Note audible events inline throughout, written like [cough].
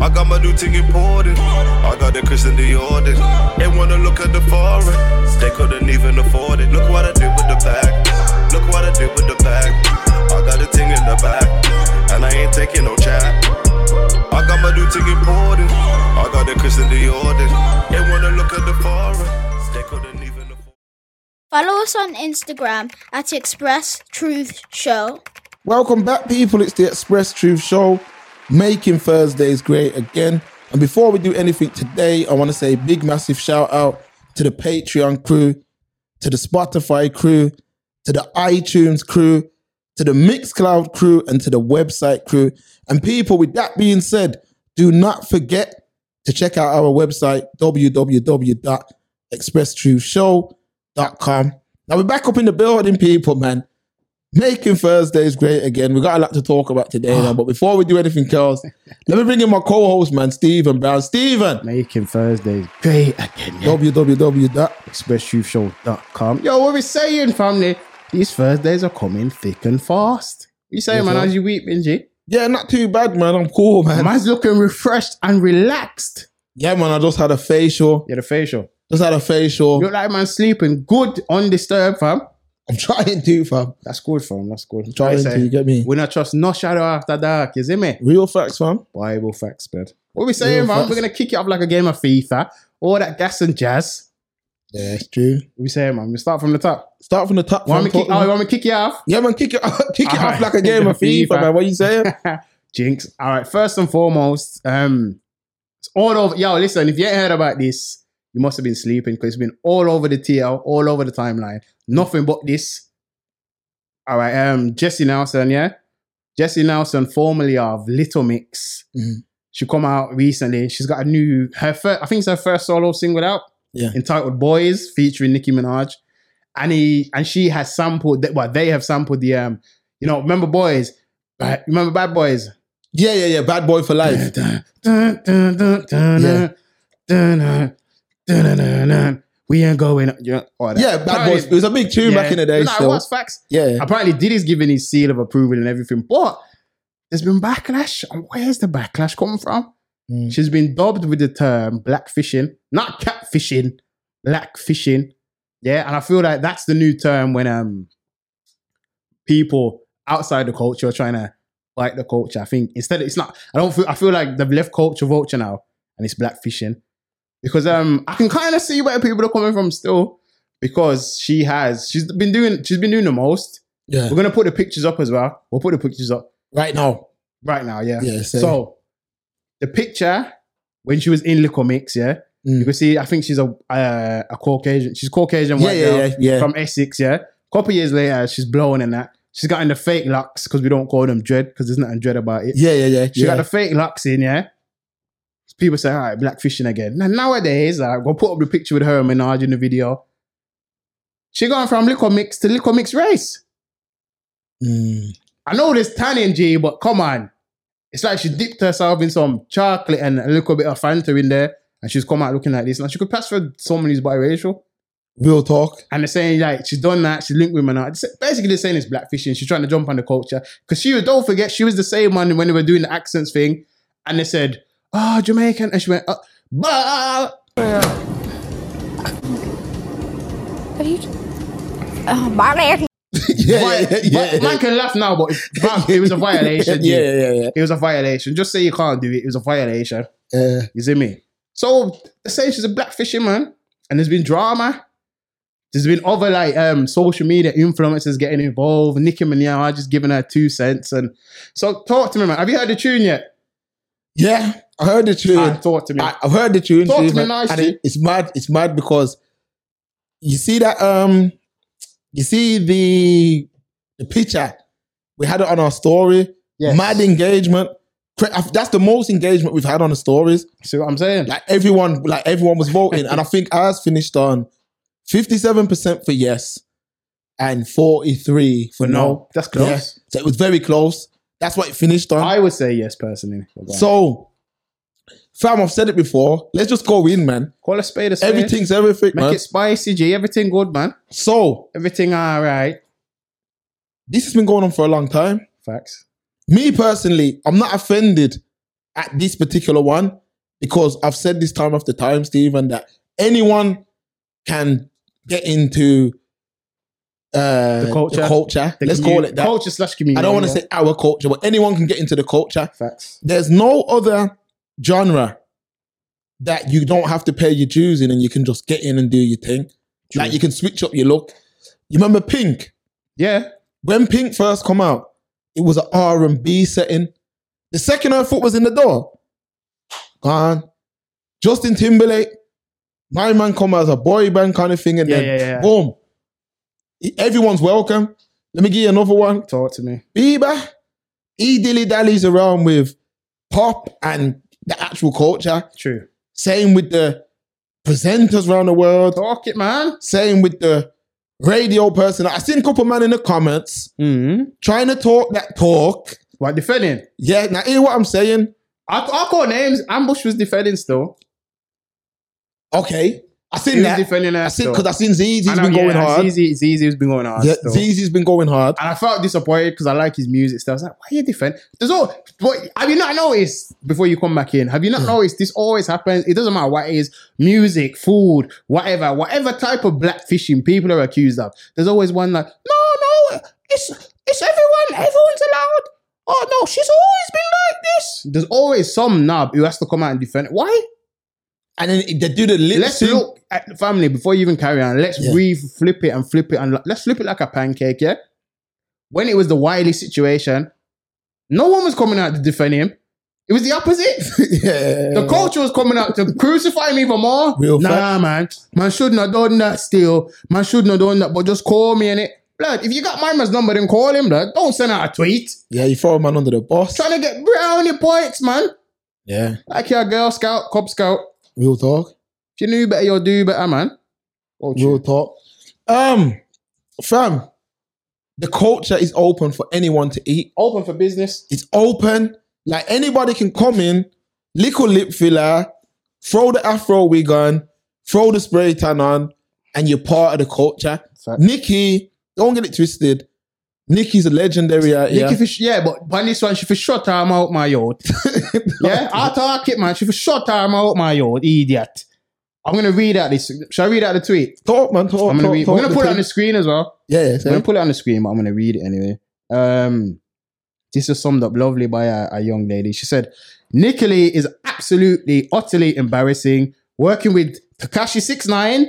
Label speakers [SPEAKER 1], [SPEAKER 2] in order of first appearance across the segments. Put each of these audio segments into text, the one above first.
[SPEAKER 1] I got my new thing imported. I got the Christian Dior. then. They wanna look at the foreign. They couldn't even afford it. Look what I did with the bag. Look what I did with the bag. I got a thing in the back, and I ain't taking no chat. I got my new thing imported. I got the Christian Dior. then. They wanna look at the foreign. They couldn't even afford.
[SPEAKER 2] Follow us on Instagram at Express Truth Show.
[SPEAKER 3] Welcome back, people. It's the Express Truth Show, making Thursdays great again. And before we do anything today, I want to say a big, massive shout out to the Patreon crew, to the Spotify crew, to the iTunes crew, to the Mixcloud crew, and to the website crew. And people, with that being said, do not forget to check out our website, www.expresstruthshow.com. Now, we're back up in the building, people, man. Making Thursdays great again. We got a lot to talk about today, now, but before we do anything else, let me bring in my co-host, man, Stephen Brown. Stephen,
[SPEAKER 4] Making Thursdays great again. Yeah.
[SPEAKER 3] www.
[SPEAKER 4] ExpressTruthShow.com. Yo, what we saying, family? These Thursdays are coming thick and fast. What you saying,
[SPEAKER 3] Yes,
[SPEAKER 4] man?
[SPEAKER 3] sir.
[SPEAKER 4] How's you weeping, G?
[SPEAKER 3] Yeah, not too bad, man. I'm cool, man.
[SPEAKER 4] Man's looking refreshed and relaxed.
[SPEAKER 3] yeah, man. I just had a facial.
[SPEAKER 4] Yeah, the facial.
[SPEAKER 3] Just had a facial.
[SPEAKER 4] You look like man sleeping good, undisturbed, fam.
[SPEAKER 3] I'm trying to, fam.
[SPEAKER 4] That's good, fam. That's good.
[SPEAKER 3] Trying
[SPEAKER 4] I
[SPEAKER 3] to, you
[SPEAKER 4] say,
[SPEAKER 3] get me?
[SPEAKER 4] We not trust no shadow after dark, is it me?
[SPEAKER 3] Real facts, fam.
[SPEAKER 4] Bible facts, bud. What we saying,
[SPEAKER 3] Real
[SPEAKER 4] man?
[SPEAKER 3] facts.
[SPEAKER 4] We're gonna kick it up like a game of FIFA. All that gas and jazz.
[SPEAKER 3] Yeah, it's true.
[SPEAKER 4] What we saying, man? We start from the top.
[SPEAKER 3] Start from the top.
[SPEAKER 4] Want
[SPEAKER 3] fam.
[SPEAKER 4] me kick?
[SPEAKER 3] Talk-
[SPEAKER 4] Oh, you want me kick it off?
[SPEAKER 3] yeah, man. Kick it, [laughs] off- kick it off
[SPEAKER 4] Alright.
[SPEAKER 3] like a game of FIFA,
[SPEAKER 4] FIFA.
[SPEAKER 3] man. What you
[SPEAKER 4] [laughs]
[SPEAKER 3] saying?
[SPEAKER 4] Jinx. All right. First and foremost, um, it's all over. Yo, listen. If you ain't heard about this, you must have been sleeping because it's been all over the TL, all over the timeline. Nothing but this. All right. Um, Jesse Nelson. Yeah, Jesse Nelson, formerly of Little Mix.
[SPEAKER 3] Mhm.
[SPEAKER 4] She come out recently. She's got a new her first. I think it's her first solo single out.
[SPEAKER 3] Yeah.
[SPEAKER 4] Entitled "Boys" featuring Nicki Minaj, and he and she has sampled. Well, they have sampled the um. You know, remember boys. Right, remember Bad Boys?
[SPEAKER 3] yeah, yeah, yeah. Bad boy for
[SPEAKER 4] [laughs]
[SPEAKER 3] life.
[SPEAKER 4] Dun, dun, dun, dun, dun,
[SPEAKER 3] Yeah.
[SPEAKER 4] dun, dun, dun, dun, dun, dun. We ain't going. Yeah, all that.
[SPEAKER 3] yeah, bad boy. It
[SPEAKER 4] Apparently-
[SPEAKER 3] was a big tune back in the day.
[SPEAKER 4] Like,
[SPEAKER 3] still.
[SPEAKER 4] what's facts?
[SPEAKER 3] Yeah.
[SPEAKER 4] Apparently, Diddy's giving his seal of approval and everything, but there's been backlash. And Where's the backlash coming from?
[SPEAKER 3] Mm.
[SPEAKER 4] She's been dubbed with the term blackfishing, not catfishing, blackfishing. Yeah, and I feel like that's the new term when um people outside the culture are trying to fight the culture. I think instead it's not. I don't feel. I feel like they've left culture vulture now, and it's blackfishing because um I can kind of see where people are coming from still because she has she's been doing she's been doing the most.
[SPEAKER 3] Yeah.
[SPEAKER 4] We're gonna put the pictures up as well. We'll put the pictures up
[SPEAKER 3] Right now.
[SPEAKER 4] right now. Yeah.
[SPEAKER 3] Yeah. So,
[SPEAKER 4] So the picture when she was in Little Mix, yeah,
[SPEAKER 3] Mm.
[SPEAKER 4] you can see. I think she's a uh, a Caucasian. She's Caucasian
[SPEAKER 3] yeah,
[SPEAKER 4] white
[SPEAKER 3] yeah,
[SPEAKER 4] girl
[SPEAKER 3] yeah, yeah.
[SPEAKER 4] from Essex. Yeah, couple years later, she's blowing and that. She's got in the fake locks because we don't call them dread because there's nothing dread about it.
[SPEAKER 3] yeah, yeah, yeah.
[SPEAKER 4] She
[SPEAKER 3] yeah.
[SPEAKER 4] got the fake locks in, yeah. People say, all right, black fishing again. Now nowadays, like, we'll put up the picture with her and Minaj in the video. She gone from Little Mix to Little Mix race.
[SPEAKER 3] Mm.
[SPEAKER 4] I know there's tanning, G, but come on. It's like she dipped herself in some chocolate and a little bit of Fanta in there, and she's come out looking like this. Now she could pass for someone who's biracial.
[SPEAKER 3] Real talk.
[SPEAKER 4] And they're saying like she's done that, she's linked with Minaj. It's Basically, they're saying it's blackfishing. She's trying to jump on the culture because she was. Don't forget, she was the same one when they were doing the accents thing, and they said, "Oh, Jamaican," and she went, oh, "Bah."
[SPEAKER 5] What are you? Oh, my man.
[SPEAKER 3] [laughs] Yeah, yeah,
[SPEAKER 4] But-
[SPEAKER 3] yeah, yeah,
[SPEAKER 4] but Man can laugh now,
[SPEAKER 3] [laughs]
[SPEAKER 4] but it's- man, it was a violation.
[SPEAKER 3] Yeah,
[SPEAKER 4] yeah,
[SPEAKER 3] yeah, yeah,
[SPEAKER 4] it was a violation. Just say you can't do it. It was a violation.
[SPEAKER 3] yeah. Uh,
[SPEAKER 4] You see me? So they say she's a black fishing man, and there's been drama. There's been other like um social media influencers getting involved. Nicki Minaj just giving her two cents, and so talk to me, man. Have you heard the tune yet?
[SPEAKER 3] yeah, I heard the tune.
[SPEAKER 4] Ah, talk to me.
[SPEAKER 3] I, I've heard the tune.
[SPEAKER 4] Talk to me
[SPEAKER 3] Stephen,
[SPEAKER 4] nice,
[SPEAKER 3] and
[SPEAKER 4] G.
[SPEAKER 3] it- it's mad. It's mad because you see that um, you see the the picture we had it on our story.
[SPEAKER 4] Yes.
[SPEAKER 3] Mad engagement. Cra- I- That's the most engagement we've had on the stories.
[SPEAKER 4] See what I'm saying?
[SPEAKER 3] Like everyone, like everyone was voting, and I
[SPEAKER 4] [laughs]
[SPEAKER 3] think ours finished on fifty-seven percent for yes, and forty-three for no.
[SPEAKER 4] that's close.
[SPEAKER 3] Yeah. So it was very close. That's what it finished on.
[SPEAKER 4] I would say yes personally.
[SPEAKER 3] So, fam, I've said it before. Let's just go in, man.
[SPEAKER 4] call a spade a spade.
[SPEAKER 3] Everything's everything,
[SPEAKER 4] Make
[SPEAKER 3] man.
[SPEAKER 4] it spicy, G. Everything good, man.
[SPEAKER 3] So,
[SPEAKER 4] Everything all right.
[SPEAKER 3] this has been going on for a long time.
[SPEAKER 4] Facts.
[SPEAKER 3] Me personally, I'm not offended at this particular one because I've said this time after time, Stephen, that anyone can get into uh,
[SPEAKER 4] The culture.
[SPEAKER 3] culture.
[SPEAKER 4] The
[SPEAKER 3] Let's
[SPEAKER 4] commu-
[SPEAKER 3] call it that.
[SPEAKER 4] Culture slash community.
[SPEAKER 3] I don't want to
[SPEAKER 4] yeah.
[SPEAKER 3] say our culture, but anyone can get into the culture.
[SPEAKER 4] facts.
[SPEAKER 3] There's no other genre that you don't have to pay your dues in, and you can just get in and do your thing. Like you can switch up your look. You remember Pink?
[SPEAKER 4] Yeah.
[SPEAKER 3] when Pink first come out, it was an R and B setting. The second her foot was in the door, gone. Justin Timberlake, my man, come as a boy band kind of thing, and
[SPEAKER 4] Yeah,
[SPEAKER 3] then
[SPEAKER 4] yeah, yeah.
[SPEAKER 3] boom, E- everyone's welcome. Let me give you another one.
[SPEAKER 4] Talk to me.
[SPEAKER 3] Bieber, he dilly dallies around with pop and the actual culture.
[SPEAKER 4] True.
[SPEAKER 3] Same with the presenters around the world.
[SPEAKER 4] Talk it, man.
[SPEAKER 3] Same with the radio person. I seen a couple man in the comments
[SPEAKER 4] Mm-hmm.
[SPEAKER 3] trying to talk that talk.
[SPEAKER 4] What defending?
[SPEAKER 3] Yeah, now hear what I'm saying.
[SPEAKER 4] I I call names. Ambush was defending still.
[SPEAKER 3] Okay, I
[SPEAKER 4] He
[SPEAKER 3] seen
[SPEAKER 4] was
[SPEAKER 3] that.
[SPEAKER 4] defending her.
[SPEAKER 3] I seen because I seen Zeezy's been going hard.
[SPEAKER 4] It's easy. has been going hard.
[SPEAKER 3] Yeah,
[SPEAKER 4] still.
[SPEAKER 3] Zeezy's been going hard.
[SPEAKER 4] And I felt disappointed because I like his music stuff. I was like, why are you defend? There's all what have you not noticed before you come back in? Have you not noticed this always happens? It doesn't matter what it is, music, food, whatever, whatever type of blackfishing people are accused of. There's always one like, no, no, it's it's everyone, everyone's allowed. Oh no, she's always been like this. There's always some knob who has to come out and defend it. Why?
[SPEAKER 3] And then they do the lip
[SPEAKER 4] Let's
[SPEAKER 3] sync.
[SPEAKER 4] look at the family before you even carry on. Let's
[SPEAKER 3] Yeah.
[SPEAKER 4] re-flip it and flip it and let's flip it like a pancake, yeah? When it was the Wiley situation, no one was coming out to defend him. It was the opposite. [laughs]
[SPEAKER 3] [laughs] yeah,
[SPEAKER 4] The culture was coming out to crucify him even more.
[SPEAKER 3] Real
[SPEAKER 4] nah, man. Man shouldn't have done that still. Man shouldn't have done that, but just call me in it. Blood, if you got my man's number, then call him, blood. Don't send out a tweet.
[SPEAKER 3] yeah, you throw a man under the bus.
[SPEAKER 4] Trying to get brownie points, man.
[SPEAKER 3] Yeah,
[SPEAKER 4] Like your Girl Scout, Cub Scout.
[SPEAKER 3] real talk,
[SPEAKER 4] If you knew better, you'll do better, man. Oh,
[SPEAKER 3] real talk. Um, fam, the culture is open for anyone to eat.
[SPEAKER 4] open for business.
[SPEAKER 3] It's open. Like anybody can come in, lick or lip filler, throw the afro wig on, throw the spray tan on, and you're part of the culture.
[SPEAKER 4] Fact.
[SPEAKER 3] Nikki, don't get it twisted. Nikki's a legendary out here.
[SPEAKER 4] Nikki Fish, yeah, but on this one, she for short time out my
[SPEAKER 3] [laughs]
[SPEAKER 4] yard. yeah, I talk it, man. She for short time out my yard, idiot. I'm gonna read out this. Shall I read out the tweet?
[SPEAKER 3] talk, man, talk.
[SPEAKER 4] I'm gonna
[SPEAKER 3] talk,
[SPEAKER 4] read.
[SPEAKER 3] talk
[SPEAKER 4] We're gonna put it on the
[SPEAKER 3] thing.
[SPEAKER 4] screen as well.
[SPEAKER 3] Yeah, yeah,
[SPEAKER 4] We're
[SPEAKER 3] so
[SPEAKER 4] gonna put it on the screen, but I'm gonna read it anyway. Um, this is summed up lovely by a, a young lady. She said, "Nikoli is absolutely utterly embarrassing. Working with Takashi Six Nine,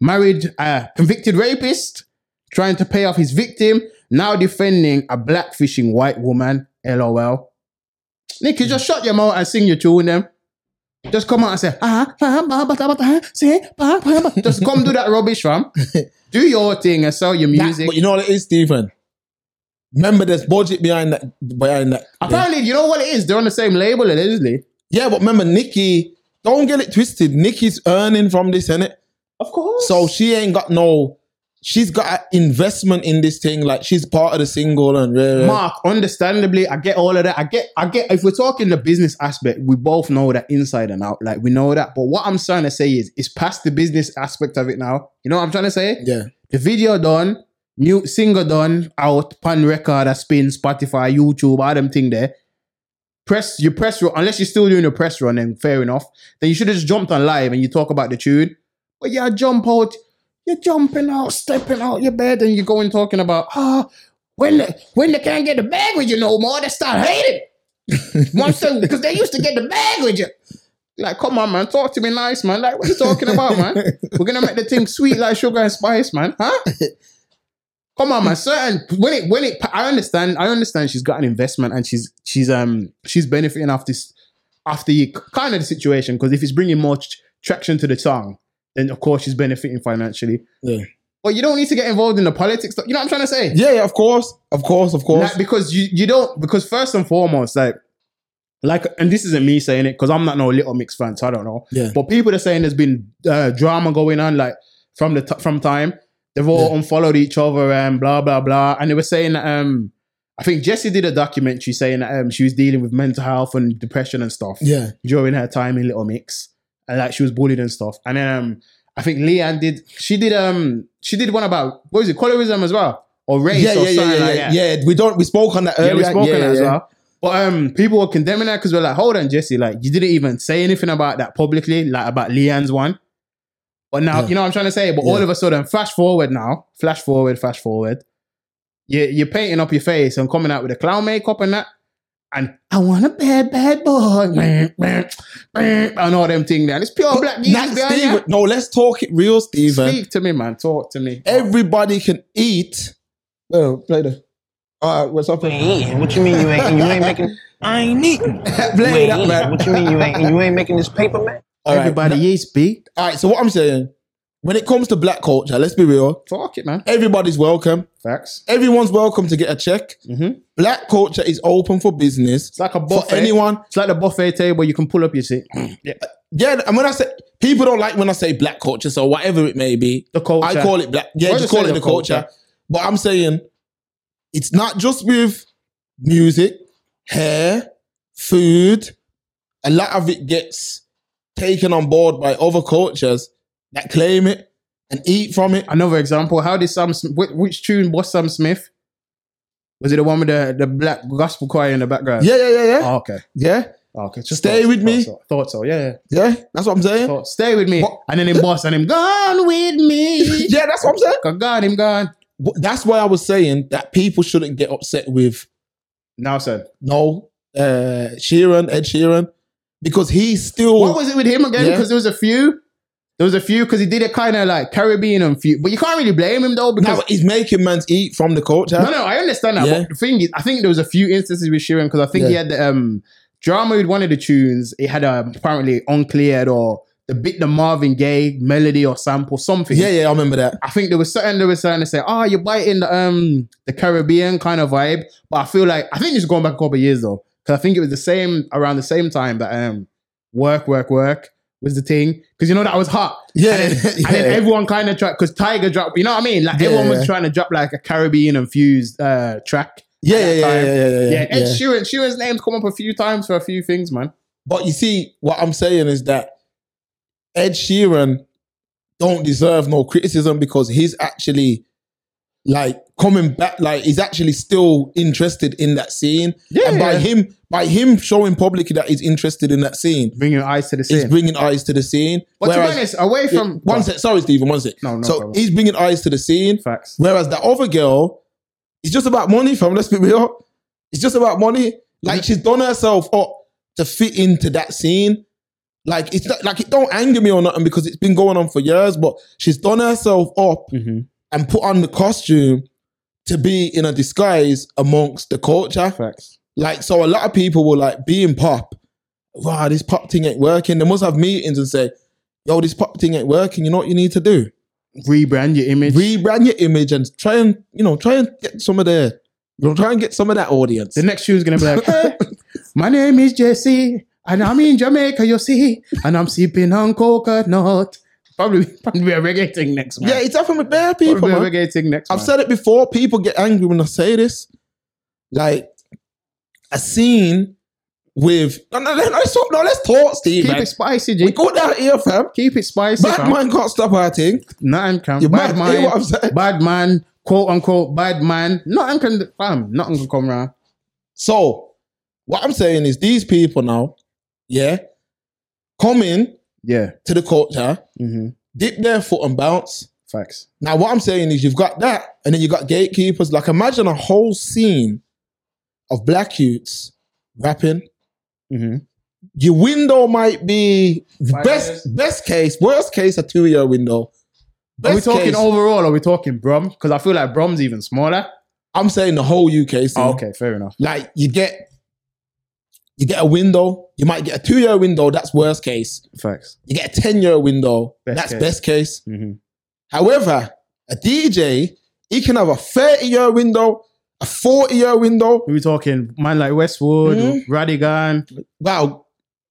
[SPEAKER 4] married a convicted rapist, trying to pay off his victim. Now defending a black fishing white woman. LOL. Nikki, just shut your mouth and sing your tune, them." Just come out and say, ah, ah, bah, bah, bah, bah, say, ah, bah, bah, bah." just come do that rubbish, fam.
[SPEAKER 3] [laughs]
[SPEAKER 4] Do your thing and sell your
[SPEAKER 3] that-
[SPEAKER 4] music.
[SPEAKER 3] but you know what it is, Stephen? Remember, there's budget behind that. Behind that.
[SPEAKER 4] Apparently, you know what it is? They're on the same label, allegedly.
[SPEAKER 3] Yeah, but remember, Nikki, don't get it twisted. Nikki's earning from this, innit?
[SPEAKER 4] Of course.
[SPEAKER 3] So she ain't got no. She's got an investment in this thing. Like she's part of the single and rare.
[SPEAKER 4] Mark, understandably, I get all of that. I get, I get. If we're talking the business aspect, we both know that inside and out. Like we know that. But what I'm trying to say is, it's past the business aspect of it now. You know what I'm trying to say?
[SPEAKER 3] Yeah,
[SPEAKER 4] The video done, new single done, out, pan record, a spin, Spotify, YouTube, all them thing there. Press your press run, unless you're still doing a press run, then fair enough. Then you should have just jumped on live and you talk about the tune. But yeah, jump out, you're jumping out, stepping out your bed, and you're going talking about, ah, when they, when they can't get the bag with you no more, they start hating. Once they, because they used to get the bag with you. Like, come on, man, talk to me nice, man. Like, what you talking about, man? We're gonna make the thing sweet like sugar and spice, man. Huh? Come on, man. Certain when it when it I understand, I understand she's got an investment and she's she's um she's benefiting off this off the kind of the situation because if it's bringing more tr- traction to the song, then of course she's benefiting financially.
[SPEAKER 3] Yeah.
[SPEAKER 4] But you don't need to get involved in the politics. You know what I'm trying to say?
[SPEAKER 3] yeah, yeah. Of course, of course, of course.
[SPEAKER 4] Like, because you you don't because first and foremost, like like and this isn't me saying it because I'm not no little mix fan, so I don't know.
[SPEAKER 3] Yeah.
[SPEAKER 4] But people are saying there's been uh, drama going on like from the t- from time. They've all unfollowed each other and blah blah blah. And they were saying that um I think Jessie did a documentary saying that um she was dealing with mental health and depression and stuff
[SPEAKER 3] yeah,
[SPEAKER 4] during her time in Little Mix, and like she was bullied and stuff. And then um, I think Leanne did. She did um, she did one about what was it, colorism as well, or race
[SPEAKER 3] yeah,
[SPEAKER 4] or
[SPEAKER 3] yeah, yeah,
[SPEAKER 4] something
[SPEAKER 3] yeah,
[SPEAKER 4] like
[SPEAKER 3] yeah,
[SPEAKER 4] that.
[SPEAKER 3] yeah. We don't. We spoke on that
[SPEAKER 4] Yeah,
[SPEAKER 3] earlier.
[SPEAKER 4] we spoke on that as
[SPEAKER 3] yeah.
[SPEAKER 4] well. But um, people were condemning her because we're like, hold on, Jesse, like you didn't even say anything about that publicly, like about Leanne's one. But now,
[SPEAKER 3] Yeah.
[SPEAKER 4] you know what I'm trying to say? But all
[SPEAKER 3] Yeah.
[SPEAKER 4] of a sudden, flash forward now, flash forward, flash forward. You, you're painting up your face and coming out with a clown makeup and that. And I want a bad, bad boy. and all them thing there. And it's pure black
[SPEAKER 3] Nah,
[SPEAKER 4] music behind
[SPEAKER 3] Steven-
[SPEAKER 4] you.
[SPEAKER 3] no, let's talk it real, Steven.
[SPEAKER 4] Speak to me, man. Talk to me.
[SPEAKER 3] Everybody can eat. Oh, play the. All right, what's up?
[SPEAKER 6] You ain't eating. What you mean you ain't eating? You
[SPEAKER 3] [laughs]
[SPEAKER 6] ain't making. I ain't eating. You
[SPEAKER 3] Play
[SPEAKER 6] ain't
[SPEAKER 3] that,
[SPEAKER 6] eating.
[SPEAKER 3] man.
[SPEAKER 6] What you mean you ain't? You ain't making this paper, man.
[SPEAKER 3] All right.
[SPEAKER 4] Everybody is big.
[SPEAKER 3] All right, so what I'm saying, when it comes to black culture, let's be real,
[SPEAKER 4] Talk it, man.
[SPEAKER 3] everybody's welcome.
[SPEAKER 4] Facts.
[SPEAKER 3] Everyone's welcome to get a check.
[SPEAKER 4] Mhm.
[SPEAKER 3] Black culture is open for business.
[SPEAKER 4] It's like a
[SPEAKER 3] for
[SPEAKER 4] buffet.
[SPEAKER 3] anyone.
[SPEAKER 4] It's like the buffet table. You can pull up your seat.
[SPEAKER 3] Yeah, and when I say people don't like when I say black culture, so whatever it may be,
[SPEAKER 4] The culture.
[SPEAKER 3] I call it black.
[SPEAKER 4] Or
[SPEAKER 3] Yeah, just
[SPEAKER 4] just
[SPEAKER 3] call
[SPEAKER 4] say
[SPEAKER 3] it
[SPEAKER 4] the
[SPEAKER 3] the culture.
[SPEAKER 4] culture.
[SPEAKER 3] But I'm saying it's not just with music, hair, food. A lot of it gets taken on board by other cultures that claim it and eat from it.
[SPEAKER 4] Another example. How did Sam? Sm- wh- which tune was Sam Smith? Was it the one with the, the black gospel choir in the background?
[SPEAKER 3] Yeah, yeah, yeah, yeah,
[SPEAKER 4] Oh, okay.
[SPEAKER 3] yeah,
[SPEAKER 4] Oh, okay.
[SPEAKER 3] Stay
[SPEAKER 4] thought-
[SPEAKER 3] with
[SPEAKER 4] thought
[SPEAKER 3] me.
[SPEAKER 4] so. Thought so. Yeah. yeah.
[SPEAKER 3] yeah. That's what I'm saying.
[SPEAKER 4] Thought- stay with me.
[SPEAKER 3] What?
[SPEAKER 4] And then him boss and him gone with [laughs] me.
[SPEAKER 3] [laughs] Yeah, that's what I'm saying.
[SPEAKER 4] Gone, Gone. Him gone.
[SPEAKER 3] But That's why I was saying that people shouldn't get upset with
[SPEAKER 4] Now, son.
[SPEAKER 3] no uh, Sheeran, Ed Sheeran, because he's still
[SPEAKER 4] What was it with him again?
[SPEAKER 3] Yeah.
[SPEAKER 4] Because there was a few. There was a few because he did it kind of like Caribbean and few, but you can't really blame him though because
[SPEAKER 3] now he's making man's eat from the culture.
[SPEAKER 4] No, no, I understand that.
[SPEAKER 3] Yeah.
[SPEAKER 4] But the thing is, I think there was a few instances with Sheeran because I think he
[SPEAKER 3] Yeah.
[SPEAKER 4] had the um, drama with one of the tunes. It had um, apparently uncleared or the bit the Marvin Gaye melody or sample something.
[SPEAKER 3] Yeah, yeah, I remember that.
[SPEAKER 4] I think there was certain they were starting to say, "Oh, you're biting the um the Caribbean kind of vibe," but I feel like I think it's going back a couple of years though, because I think it was the same around the same time that um work, work, work was the thing, because you know that was hot.
[SPEAKER 3] Yeah, [laughs]
[SPEAKER 4] and then,
[SPEAKER 3] yeah.
[SPEAKER 4] and then everyone kind of tried because Tiger dropped. You know what I mean? Like everyone
[SPEAKER 3] Yeah.
[SPEAKER 4] was trying to drop like a Caribbean infused uh track.
[SPEAKER 3] Yeah, yeah,
[SPEAKER 4] that
[SPEAKER 3] yeah,
[SPEAKER 4] time.
[SPEAKER 3] yeah, yeah, yeah,
[SPEAKER 4] Yeah, Ed
[SPEAKER 3] yeah.
[SPEAKER 4] Sheeran, Sheeran's name's come up a few times for a few things, man.
[SPEAKER 3] But you see, what I'm saying is that Ed Sheeran don't deserve no criticism because he's actually like coming back. Like he's actually still interested in that scene.
[SPEAKER 4] Yeah,
[SPEAKER 3] and by
[SPEAKER 4] yeah.
[SPEAKER 3] him, by him showing publicly that he's interested in that scene,
[SPEAKER 4] Bring your eyes to the
[SPEAKER 3] he's
[SPEAKER 4] scene.
[SPEAKER 3] bringing eyes to the scene.
[SPEAKER 4] but to be
[SPEAKER 3] Whereas-
[SPEAKER 4] honest, away from
[SPEAKER 3] one sec, sorry, Stephen, one sec.
[SPEAKER 4] No, no
[SPEAKER 3] So
[SPEAKER 4] problem.
[SPEAKER 3] he's bringing eyes to the scene.
[SPEAKER 4] facts.
[SPEAKER 3] Whereas the other girl, it's just about money, fam. Let's be real. It's just about money. Like she's done herself up to fit into that scene. Like it's not, like it don't anger me or nothing because it's been going on for years, but she's done herself up
[SPEAKER 4] Mhm.
[SPEAKER 3] and put on the costume to be in a disguise amongst the culture.
[SPEAKER 4] Facts.
[SPEAKER 3] Like, so a lot of people were like being pop. Wow, this pop thing ain't working. They must have meetings and say, yo, this pop thing ain't working. You know what you need to do?
[SPEAKER 4] Rebrand your image.
[SPEAKER 3] rebrand your image and try and you know try and get some of the you know try and get some of that audience.
[SPEAKER 4] The next tune's gonna be like, [laughs] "Hey, my name is Jesse, and I'm in Jamaica, you see, and I'm sipping on coconut. Probably, [laughs] probably be a reggae thing next month.
[SPEAKER 3] yeah, it's happened with bare people.
[SPEAKER 4] probably be a
[SPEAKER 3] man.
[SPEAKER 4] reggae thing next
[SPEAKER 3] I've
[SPEAKER 4] month.
[SPEAKER 3] said it before. People get angry when I say this. Like a scene with no no no let's talk, no let's talk, Steve.
[SPEAKER 4] Keep
[SPEAKER 3] man.
[SPEAKER 4] it spicy,
[SPEAKER 3] We
[SPEAKER 4] G.
[SPEAKER 3] go down here, fam.
[SPEAKER 4] Keep it spicy,
[SPEAKER 3] Black
[SPEAKER 4] fam.
[SPEAKER 3] man can't stop our thing.
[SPEAKER 4] Nothing can.
[SPEAKER 3] You
[SPEAKER 4] bad
[SPEAKER 3] mad, hear
[SPEAKER 4] man.
[SPEAKER 3] what I'm saying?
[SPEAKER 4] Bad man. Quote unquote. Bad man. Nothing can. Fam. Nothing can come round.
[SPEAKER 3] So what I'm saying is these people now, yeah, come in
[SPEAKER 4] Yeah.
[SPEAKER 3] to the culture,
[SPEAKER 4] Mm-hmm.
[SPEAKER 3] dip their foot and bounce.
[SPEAKER 4] Facts.
[SPEAKER 3] Now, what I'm saying is you've got that, and then you got gatekeepers. Like, imagine a whole scene of black youths rapping.
[SPEAKER 4] Mm-hmm.
[SPEAKER 3] Your window might be
[SPEAKER 4] Five
[SPEAKER 3] best
[SPEAKER 4] years.
[SPEAKER 3] best case, worst case, a two year window.
[SPEAKER 4] Are we
[SPEAKER 3] Best
[SPEAKER 4] talking
[SPEAKER 3] case,
[SPEAKER 4] overall? Are we talking Brom? Because I feel like Brom's even smaller.
[SPEAKER 3] I'm saying the whole UK scene.
[SPEAKER 4] Oh, okay, fair enough.
[SPEAKER 3] Like you get you get a window, you might get a two year window. That's worst case.
[SPEAKER 4] Facts.
[SPEAKER 3] You get a ten year window.
[SPEAKER 4] Best
[SPEAKER 3] that's
[SPEAKER 4] case.
[SPEAKER 3] best case.
[SPEAKER 4] Mm-hmm.
[SPEAKER 3] However, a DJ he can have a thirty year window, a forty year window.
[SPEAKER 4] We talking man like Westwood,
[SPEAKER 3] Mhm.
[SPEAKER 4] Radigan,
[SPEAKER 3] Wow,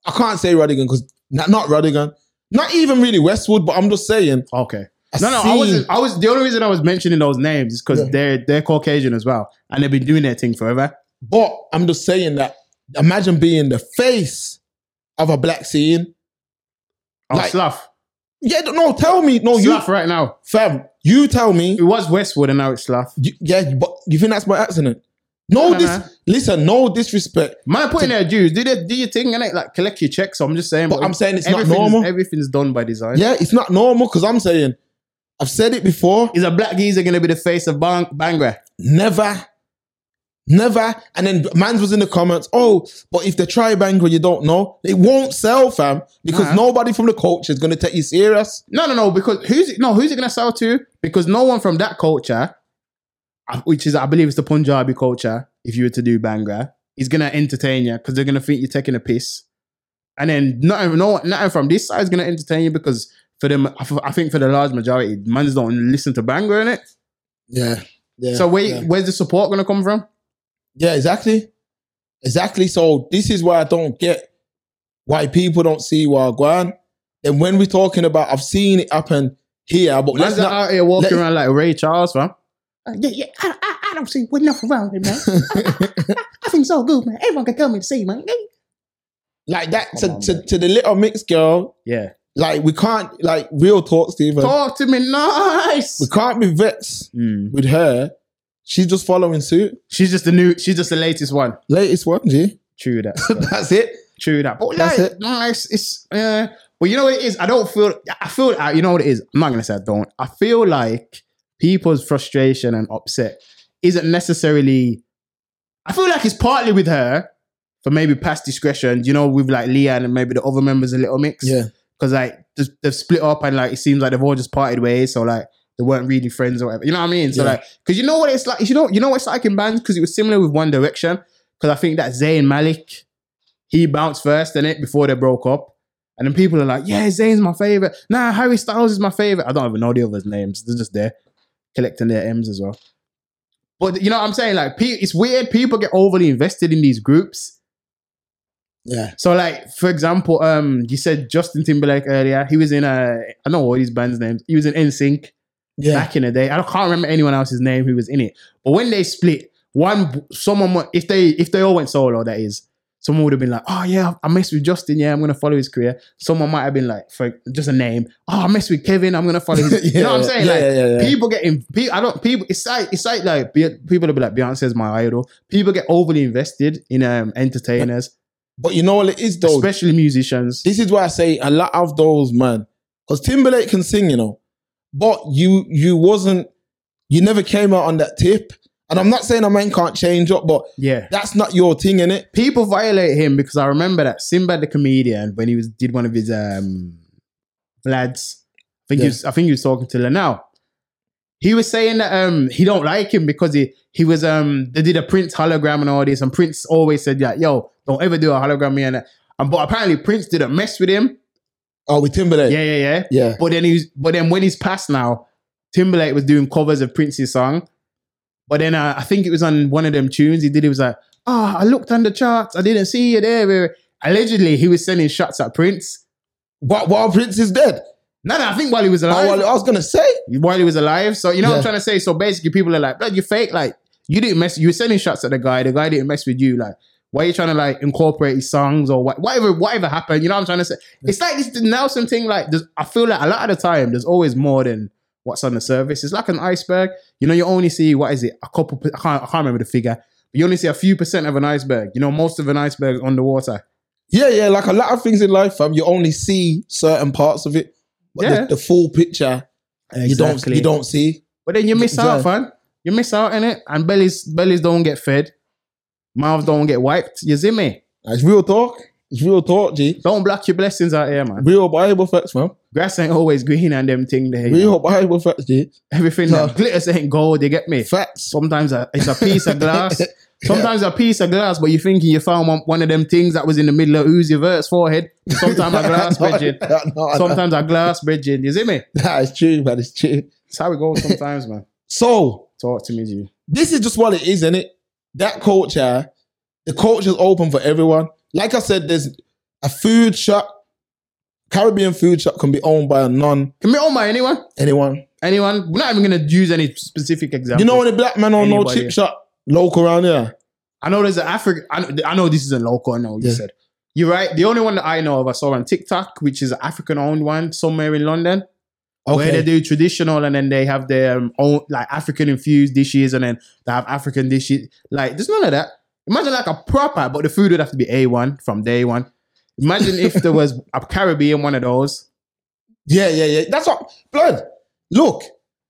[SPEAKER 3] I can't say Radigan because not, not Radigan, not even really Westwood, but I'm just saying.
[SPEAKER 4] Okay.
[SPEAKER 3] I
[SPEAKER 4] No, no,
[SPEAKER 3] see-
[SPEAKER 4] I wasn't. I was the only reason I was mentioning those names is because
[SPEAKER 3] Yeah.
[SPEAKER 4] they're they're Caucasian as well, and they've been doing their thing forever.
[SPEAKER 3] But I'm just saying that. Imagine being the face of a black scene.
[SPEAKER 4] Oh,
[SPEAKER 3] Like-
[SPEAKER 4] Slough,
[SPEAKER 3] Yeah, no, tell me, no, you,
[SPEAKER 4] Slough right now.
[SPEAKER 3] fam, you tell me.
[SPEAKER 4] It was Westwood, and now it's Slough.
[SPEAKER 3] You- yeah, but you think that's my accident? No,
[SPEAKER 4] Nah,
[SPEAKER 3] dis-
[SPEAKER 4] nah.
[SPEAKER 3] listen, no disrespect.
[SPEAKER 4] My point there, Jews, do they do your thing and like collect your checks? I'm just saying,
[SPEAKER 3] But I'm saying it's not
[SPEAKER 4] everything's-
[SPEAKER 3] normal.
[SPEAKER 4] Everything's done by design.
[SPEAKER 3] Yeah, it's not normal because I'm saying, I've said it before,
[SPEAKER 4] Is a black geezer going to be the face of Bang- Bangra?
[SPEAKER 3] never, never. And then Mans was in the comments, oh, but if they try Bangor, you don't know. It won't sell, fam, because
[SPEAKER 4] Nah.
[SPEAKER 3] nobody from the culture is going to take you serious.
[SPEAKER 4] No, no, no. Because who's it? No, who's it going to sell to? Because no one from that culture, uh, which is I believe it's the Punjabi culture, if you were to do Bangra, is going to entertain you because they're going to think you're taking a piss. And then nothing, no, nothing from this side is going to entertain you because for them, I f- I think for the large majority, mans don't listen to Bangra in it.
[SPEAKER 3] Yeah. Yeah.
[SPEAKER 4] so where,
[SPEAKER 3] yeah.
[SPEAKER 4] where's the support going to come from?
[SPEAKER 3] Yeah, exactly. Exactly. So this is why I don't get why people don't see Wagwan. And when we're talking about, I've seen it happen here, but
[SPEAKER 4] Man's
[SPEAKER 3] let's
[SPEAKER 4] not,
[SPEAKER 3] not.
[SPEAKER 4] out here walking
[SPEAKER 3] let-
[SPEAKER 4] around like Ray Charles, fam. Uh, yeah, yeah. I, I, I don't see enough around him, man. [laughs] I think so good, man. Everyone can come and see, man.
[SPEAKER 3] like that to,
[SPEAKER 4] Come on,
[SPEAKER 3] to,
[SPEAKER 4] man.
[SPEAKER 3] to the little mixed girl.
[SPEAKER 4] Yeah.
[SPEAKER 3] Like we can't like real talk, Stephen.
[SPEAKER 4] Talk to me nice.
[SPEAKER 3] We can't be vexed with her. She's just following suit.
[SPEAKER 4] Hmm. She's just the new. She's just the latest one.
[SPEAKER 3] Latest one, G.
[SPEAKER 4] True [laughs] that.
[SPEAKER 3] That's it.
[SPEAKER 4] True that. But
[SPEAKER 3] That's
[SPEAKER 4] like,
[SPEAKER 3] it.
[SPEAKER 4] Nice. It's. Uh, well, you know what it is. I don't feel. I feel. uh, You know what it is. I'm not gonna say I don't. I feel like people's frustration and upset isn't necessarily. I feel like it's partly with her for maybe past discretion. You know, with like Leanne and maybe the other members of Little Mix.
[SPEAKER 3] Yeah.
[SPEAKER 4] Because like th- they've split up and like it seems like they've all just parted ways. So like they weren't really friends or whatever. You know what I mean? So
[SPEAKER 3] Yeah.
[SPEAKER 4] like, because you know what it's like. You know, you know what it's like in bands because it was similar with One Direction. Because I think that Zayn Malik, he bounced first in it before they broke up. And then people are like, yeah, Zayn's my favorite. Nah, Harry Styles is my favorite. I don't even know the others' names. They're just there collecting their M's as well. But you know what I'm saying? Like, pe- it's weird. People get overly invested in these groups.
[SPEAKER 3] Yeah.
[SPEAKER 4] So, like, for example, um, you said Justin Timberlake earlier. He was in uh, I know all these bands' names. He was in NSYNC
[SPEAKER 3] Yeah.
[SPEAKER 4] back in the day. I can't remember anyone else's name who was in it. But when they split, one someone wa- if they if they all went solo, that is, someone would have been like, "Oh yeah, I messed with Justin. Yeah, I'm gonna follow his career." Someone might have been like, for just a name, "Oh, I messed with Kevin. I'm
[SPEAKER 3] [laughs]
[SPEAKER 4] gonna follow his." you know what I'm
[SPEAKER 3] Yeah,
[SPEAKER 4] saying?
[SPEAKER 3] yeah,
[SPEAKER 4] like
[SPEAKER 3] yeah, yeah.
[SPEAKER 4] people getting people. I don't people. It's like it's like like be- people will be like, "Beyonce's my idol." People get overly invested in um entertainers,
[SPEAKER 3] But you know what it is though?
[SPEAKER 4] especially musicians.
[SPEAKER 3] this is why I say a lot of those man, because Timberlake can sing, you know, but you you wasn't you never came out on that tip. And I'm not saying a man can't change up, but
[SPEAKER 4] Yeah.
[SPEAKER 3] that's not your thing, innit?
[SPEAKER 4] people violate him because I remember that Simba the comedian when he was did one of his um lads. I think
[SPEAKER 3] Yeah.
[SPEAKER 4] he was, I think he was talking to Lanao. He was saying that um he don't like him because he he was um they did a Prince hologram and all this and Prince always said like yo don't ever do a hologram me and that. and but apparently Prince didn't mess with him
[SPEAKER 3] Oh, with Timberlake.
[SPEAKER 4] yeah yeah yeah
[SPEAKER 3] Yeah.
[SPEAKER 4] but then he's but then when he's passed now, Timberlake was doing covers of Prince's song. But then uh, I think it was on one of them tunes he did. It was like, ah, I looked on the charts, I didn't see you there. Allegedly, he was sending shots at Prince.
[SPEAKER 3] While, while Prince is dead.
[SPEAKER 4] No, no, I think while he was
[SPEAKER 3] Oh,
[SPEAKER 4] alive,
[SPEAKER 3] well, I was gonna say.
[SPEAKER 4] while he was alive. So you know what
[SPEAKER 3] Yeah.
[SPEAKER 4] I'm trying to say. So basically, people are like, blood, you fake. Like you didn't mess. You were sending shots at the guy. The guy didn't mess with you. Like why are you trying to like incorporate his songs or what, whatever? Whatever happened. You know what I'm trying to say. It's like this Nelson thing. Like there's, I feel like a lot of the time, there's always more than what's on the surface. It's like an iceberg. You know, you only see what is it? A couple. per- I can't. I can't remember the figure. But you only see a few percent of an iceberg. You know, most of an iceberg is underwater.
[SPEAKER 3] Yeah, yeah, like a lot of things in life, fam, you only see certain parts of it. But
[SPEAKER 4] Yeah.
[SPEAKER 3] the, the full picture you don't you don't see.
[SPEAKER 4] But then you miss
[SPEAKER 3] Yeah.
[SPEAKER 4] out, fam. You miss out in it, and bellies bellies don't get fed, mouths don't get wiped. You see me?
[SPEAKER 3] It's real talk. It's real talk, G.
[SPEAKER 4] Don't block your blessings out here, man.
[SPEAKER 3] Real Bible facts, man.
[SPEAKER 4] Grass ain't always green and them thing there. you know.
[SPEAKER 3] Real Bible facts, G.
[SPEAKER 4] Everything that glitters ain't gold. You get me?
[SPEAKER 3] Facts.
[SPEAKER 4] Sometimes a, it's a piece
[SPEAKER 3] [laughs]
[SPEAKER 4] of glass. Sometimes a piece of glass, but you thinking you found one, one of them things that was in the middle of Uzi Vert's forehead.
[SPEAKER 3] [laughs]
[SPEAKER 4] Sometimes a glass
[SPEAKER 3] No,
[SPEAKER 4] bridging.
[SPEAKER 3] no, no, no.
[SPEAKER 4] Sometimes a glass bridging. You see me?
[SPEAKER 3] That is true, man. It's true.
[SPEAKER 4] That's how it goes sometimes, man.
[SPEAKER 3] So
[SPEAKER 4] Talk to me, G.
[SPEAKER 3] this is just what it is, isn't it? That culture, the culture's open for everyone. Like I said, there's a food shop. Caribbean food shop can be owned by a non
[SPEAKER 4] Can we all my anyone?
[SPEAKER 3] anyone.
[SPEAKER 4] Anyone? We're not even gonna use any specific example.
[SPEAKER 3] You know when the black man own no
[SPEAKER 4] Anybody.
[SPEAKER 3] chip shop local around here?
[SPEAKER 4] I know there's an African. I, know- I know this isn't local. I know you
[SPEAKER 3] Yeah.
[SPEAKER 4] said you're right. The only one that I know of I saw on TikTok, which is an African-owned one somewhere in London. where
[SPEAKER 3] Okay.
[SPEAKER 4] they do traditional and then they have their um, own like African infused dishes and then they have African dishes. Like there's none of that. Imagine like a proper, but the food would have to be A one from day one. Imagine if there was a Caribbean one of those.
[SPEAKER 3] Yeah, yeah, yeah. That's what blood. Look,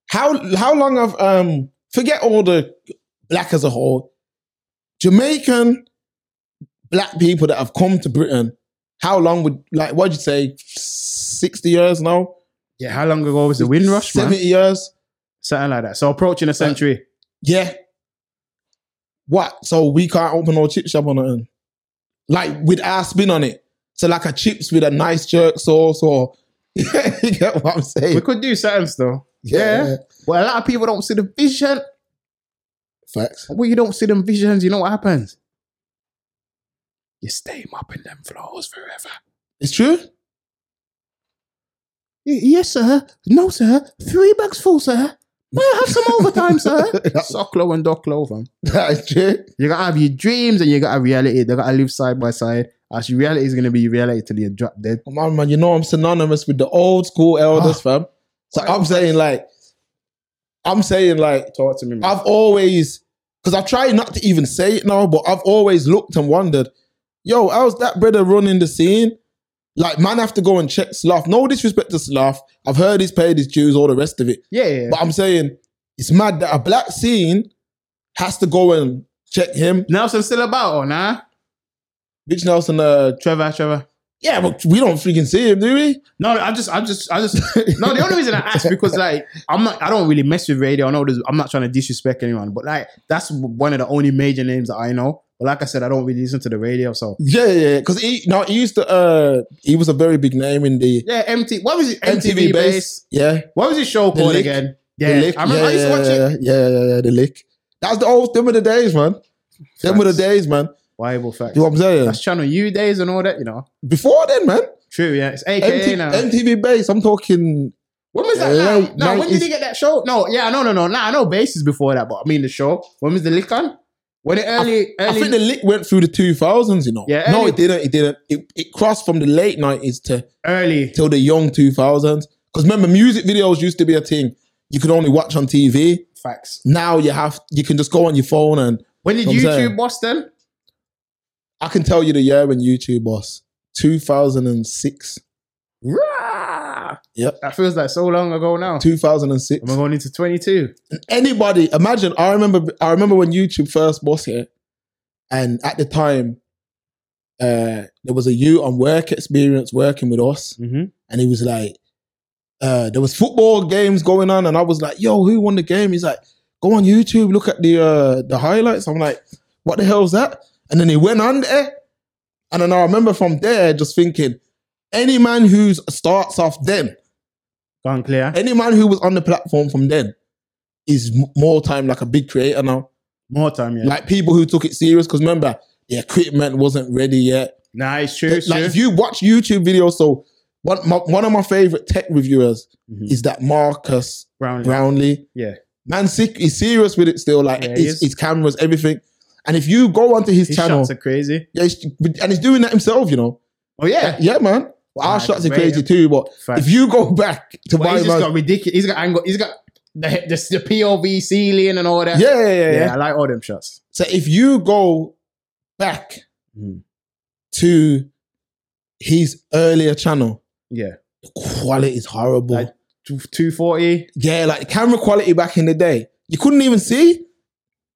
[SPEAKER 3] how how long have um forget all the black as a whole, Jamaican black people that have come to Britain. How long would like what'd you say? Sixty years now,
[SPEAKER 4] Yeah, how long ago was the Windrush, man?
[SPEAKER 3] seventy years.
[SPEAKER 4] Something like that. So approaching a century.
[SPEAKER 3] Yeah. What? So we can't open no chip shop on it, then? like with our spin on it. So like a chips with a nice jerk sauce, or [laughs] you get what I'm saying?
[SPEAKER 4] We could do something still.
[SPEAKER 3] Yeah.
[SPEAKER 4] But a lot of people don't see the vision.
[SPEAKER 3] Facts.
[SPEAKER 4] When you don't see them visions, you know what happens? You stay up in them floors forever.
[SPEAKER 3] It's true.
[SPEAKER 4] Y- Yes, sir. No, sir. Three bags full, sir. May I have some overtime, sir? [laughs] Socklo and Docklo, fam.
[SPEAKER 3] [laughs] That is true.
[SPEAKER 4] You gotta have your dreams and you gotta have reality. They gotta live side by side. As your reality is gonna be your reality till you drop dead.
[SPEAKER 3] Come on, Oh, man. You know I'm synonymous with the old school elders, fam. So I'm saying like, I'm saying like,
[SPEAKER 4] Talk to me, man.
[SPEAKER 3] I've always, because I've tried not to even say it now, but I've always looked and wondered, yo, how's that brother running the scene? Like, man, have to go and check Slough. No disrespect to Slough. I've heard he's paid his dues, all the rest of it.
[SPEAKER 4] yeah, yeah.
[SPEAKER 3] But I'm saying it's mad that a black scene has to go and check him.
[SPEAKER 4] Nelson still about or nah?
[SPEAKER 3] Bitch Nelson, uh,
[SPEAKER 4] Trevor, Trevor.
[SPEAKER 3] yeah, but we don't freaking see him, do we?
[SPEAKER 4] No, I just, I just, I
[SPEAKER 3] [laughs]
[SPEAKER 4] just. No, the only reason I asked because like I'm not, I don't really mess with radio. I know there's, I'm not trying to disrespect anyone, but like that's one of the only major names that I know. But like I said, I don't really listen to the radio, so
[SPEAKER 3] Yeah, yeah, yeah. Because he no, he used to uh he was a very big name in the
[SPEAKER 4] yeah. MT, what was it?
[SPEAKER 3] MTV,
[SPEAKER 4] MTV,
[SPEAKER 3] base.
[SPEAKER 4] base.
[SPEAKER 3] Yeah.
[SPEAKER 4] What was his show called
[SPEAKER 3] Lick.
[SPEAKER 4] again?
[SPEAKER 3] The lick.
[SPEAKER 4] I remember I used to watch it.
[SPEAKER 3] yeah, yeah, yeah, yeah, the lick. That's the old them of the days, man. Them of the
[SPEAKER 4] Facts.
[SPEAKER 3] days, man.
[SPEAKER 4] Bible facts.
[SPEAKER 3] You know what I'm saying?
[SPEAKER 4] That's Channel U days and all that, you know.
[SPEAKER 3] Before then, man.
[SPEAKER 4] True, yeah. It's AKA
[SPEAKER 3] MT,
[SPEAKER 4] now.
[SPEAKER 3] MTV base. I'm talking
[SPEAKER 4] when was that?
[SPEAKER 3] Yeah,
[SPEAKER 4] now? No, when did
[SPEAKER 3] 90s.
[SPEAKER 4] he get that show? No, yeah, no, no, no. Nah, I know bases before that, but I mean the show. When was the lick on? When it early,
[SPEAKER 3] I
[SPEAKER 4] early.
[SPEAKER 3] think the lick went through the two thousands, you know.
[SPEAKER 4] Yeah,
[SPEAKER 3] No,
[SPEAKER 4] early-
[SPEAKER 3] it didn't, it didn't. It, it crossed from the late nineties to
[SPEAKER 4] early.
[SPEAKER 3] till the young two thousands. Because remember, music videos used to be a thing you could only watch on TV.
[SPEAKER 4] Facts.
[SPEAKER 3] Now you have you can just go on your phone and
[SPEAKER 4] When did
[SPEAKER 3] What I'm
[SPEAKER 4] YouTube
[SPEAKER 3] saying.
[SPEAKER 4] bust then?
[SPEAKER 3] I can tell you the year when YouTube was 2006.
[SPEAKER 4] Rah!
[SPEAKER 3] Yep.
[SPEAKER 4] That feels like so long ago now. I'm
[SPEAKER 3] 2006.
[SPEAKER 4] going into 22.
[SPEAKER 3] Anybody, imagine. I remember. I remember when YouTube first was here, and at the time, uh, there was a you on work experience working with us,
[SPEAKER 4] Mm-hmm.
[SPEAKER 3] and he was like, uh, there was football games going on, and I was like, yo, who won the game? He's like, go on YouTube, look at the uh, the highlights. I'm like, what the hell's that? And then he went on there, and then I remember from there just thinking, any man who starts off then,
[SPEAKER 4] Gone clear.
[SPEAKER 3] any man who was on the platform from then, is m- more time like a big creator now.
[SPEAKER 4] More time, yeah.
[SPEAKER 3] Like people who took it serious, because remember, the equipment wasn't ready yet.
[SPEAKER 4] nah, it's true. It's
[SPEAKER 3] like
[SPEAKER 4] true.
[SPEAKER 3] if you watch YouTube videos, so one my, one of my favorite tech reviewers
[SPEAKER 4] Mhm.
[SPEAKER 3] is that Marcus
[SPEAKER 4] Brown.
[SPEAKER 3] Brownlee.
[SPEAKER 4] Yeah.
[SPEAKER 3] Man, sick. He's serious with it still. Like
[SPEAKER 4] Yeah, he
[SPEAKER 3] his,
[SPEAKER 4] is.
[SPEAKER 3] his cameras, everything. And if you go onto his,
[SPEAKER 4] His
[SPEAKER 3] channel,
[SPEAKER 4] shots are crazy.
[SPEAKER 3] yeah, he's, and he's doing that himself, you know.
[SPEAKER 4] Oh, yeah.
[SPEAKER 3] Yeah, man. Well, our
[SPEAKER 4] Nah,
[SPEAKER 3] shots are
[SPEAKER 4] great,
[SPEAKER 3] crazy
[SPEAKER 4] yeah.
[SPEAKER 3] too. But
[SPEAKER 4] Facts.
[SPEAKER 3] if you go back to
[SPEAKER 4] But
[SPEAKER 3] my
[SPEAKER 4] he's just got
[SPEAKER 3] man,
[SPEAKER 4] ridiculous. He's got angle. He's got the, the, the POV ceiling and all that.
[SPEAKER 3] yeah, yeah, yeah,
[SPEAKER 4] yeah,
[SPEAKER 3] yeah.
[SPEAKER 4] I like all them shots.
[SPEAKER 3] So if you go back
[SPEAKER 4] Mm.
[SPEAKER 3] to his earlier channel,
[SPEAKER 4] Yeah.
[SPEAKER 3] quality is horrible.
[SPEAKER 4] Like- 240.
[SPEAKER 3] yeah, like camera quality back in the day, you couldn't even see.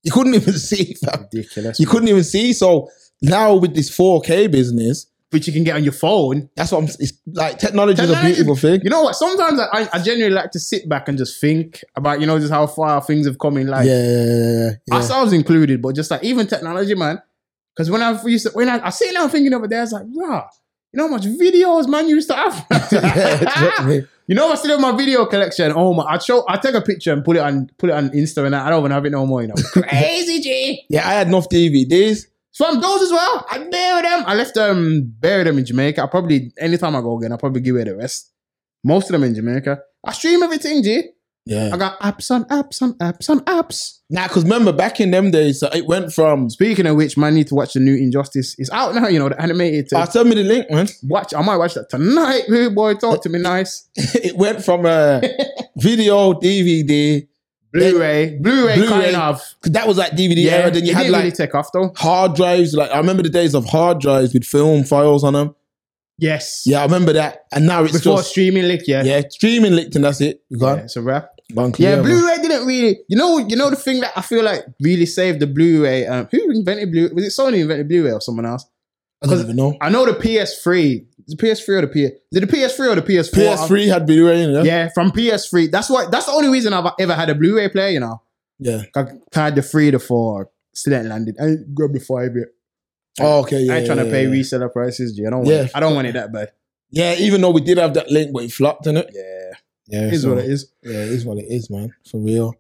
[SPEAKER 3] You couldn't [laughs] even see. fam.
[SPEAKER 4] Ridiculous.
[SPEAKER 3] You couldn't even see. So now with this 4K business,
[SPEAKER 4] But you can get on your phone.
[SPEAKER 3] that's what I'm. It's like technology is a
[SPEAKER 4] Technology-
[SPEAKER 3] beautiful thing.
[SPEAKER 4] You know what? Sometimes I- I, I genuinely like to sit back and just think about, you know, just how far things have come in life.
[SPEAKER 3] yeah, yeah, yeah, yeah.
[SPEAKER 4] ourselves included, but just like even technology, man. Because when I used to, when I, I sit down thinking over there, I was like, rah, you know how much videos, man, you used
[SPEAKER 3] [laughs]
[SPEAKER 4] to
[SPEAKER 3] Yeah, trust
[SPEAKER 4] have.
[SPEAKER 3] me.
[SPEAKER 4] [laughs] you know, I still have my video collection. Oh my, I'd show, I'd take a picture and put it on, put it on Insta, and I don't even have it no more. You know, crazy G.
[SPEAKER 3] yeah, I had enough DVDs.
[SPEAKER 4] From those as well, I bury them. I left them, bury them in Jamaica. I probably anytime I go again, I will probably give away the rest. Most of them in Jamaica. I stream everything, G.
[SPEAKER 3] Yeah.
[SPEAKER 4] I got apps on apps on apps on apps.
[SPEAKER 3] Now, because remember back in them days, uh, it went from.
[SPEAKER 4] Speaking of which, man, I need to watch the new Injustice. It's out now, you know, the animated.
[SPEAKER 3] Ah, tell me the link, man.
[SPEAKER 4] watch, I might watch that tonight, [laughs] baby boy. Talk to me nice.
[SPEAKER 3] it went from
[SPEAKER 4] [laughs]
[SPEAKER 3] uh, video, DVD.
[SPEAKER 4] Blu-ray, Blu-ray,
[SPEAKER 3] Blu-ray.
[SPEAKER 4] kind of.
[SPEAKER 3] 'Cause that was like DVD era. Then you
[SPEAKER 4] it
[SPEAKER 3] had
[SPEAKER 4] didn't
[SPEAKER 3] like
[SPEAKER 4] really take off though.
[SPEAKER 3] hard drives. Like I remember the days of hard drives with film files on them.
[SPEAKER 4] Yes.
[SPEAKER 3] Yeah, I remember that. And now it's
[SPEAKER 4] Before
[SPEAKER 3] just
[SPEAKER 4] streaming lick, yeah.
[SPEAKER 3] yeah, streaming licked and that's it. You
[SPEAKER 4] Yeah,
[SPEAKER 3] gone.
[SPEAKER 4] it's a wrap.
[SPEAKER 3] Gone clear,
[SPEAKER 4] Yeah,
[SPEAKER 3] man.
[SPEAKER 4] Blu-ray didn't really. You know, you know the thing that I feel like really saved the Blu-ray. Um, who invented Blu? Was it Sony invented Blu-ray or someone else?
[SPEAKER 3] I don't even know.
[SPEAKER 4] I know the PS3. The PS3 or the PS? Did the PS3 or the PS4?
[SPEAKER 3] PS3 had Blu-ray in it. Yeah.
[SPEAKER 4] Yeah, from PS3. That's why. That's the only reason I've ever had a Blu-ray player. You know,
[SPEAKER 3] yeah.
[SPEAKER 4] I tried the three, the four, still ain't landed. I ain't grabbed the five yet.
[SPEAKER 3] Oh, okay. Yeah.
[SPEAKER 4] I ain't trying
[SPEAKER 3] yeah,
[SPEAKER 4] to pay
[SPEAKER 3] yeah.
[SPEAKER 4] reseller prices. G. I don't want.
[SPEAKER 3] Yeah.
[SPEAKER 4] It. I don't want it that bad.
[SPEAKER 3] Yeah, even though we did have that link, but it flopped in it.
[SPEAKER 4] Yeah,
[SPEAKER 3] Yeah,
[SPEAKER 4] is
[SPEAKER 3] so-
[SPEAKER 4] what it is.
[SPEAKER 3] Yeah, it is what it is, man. For real.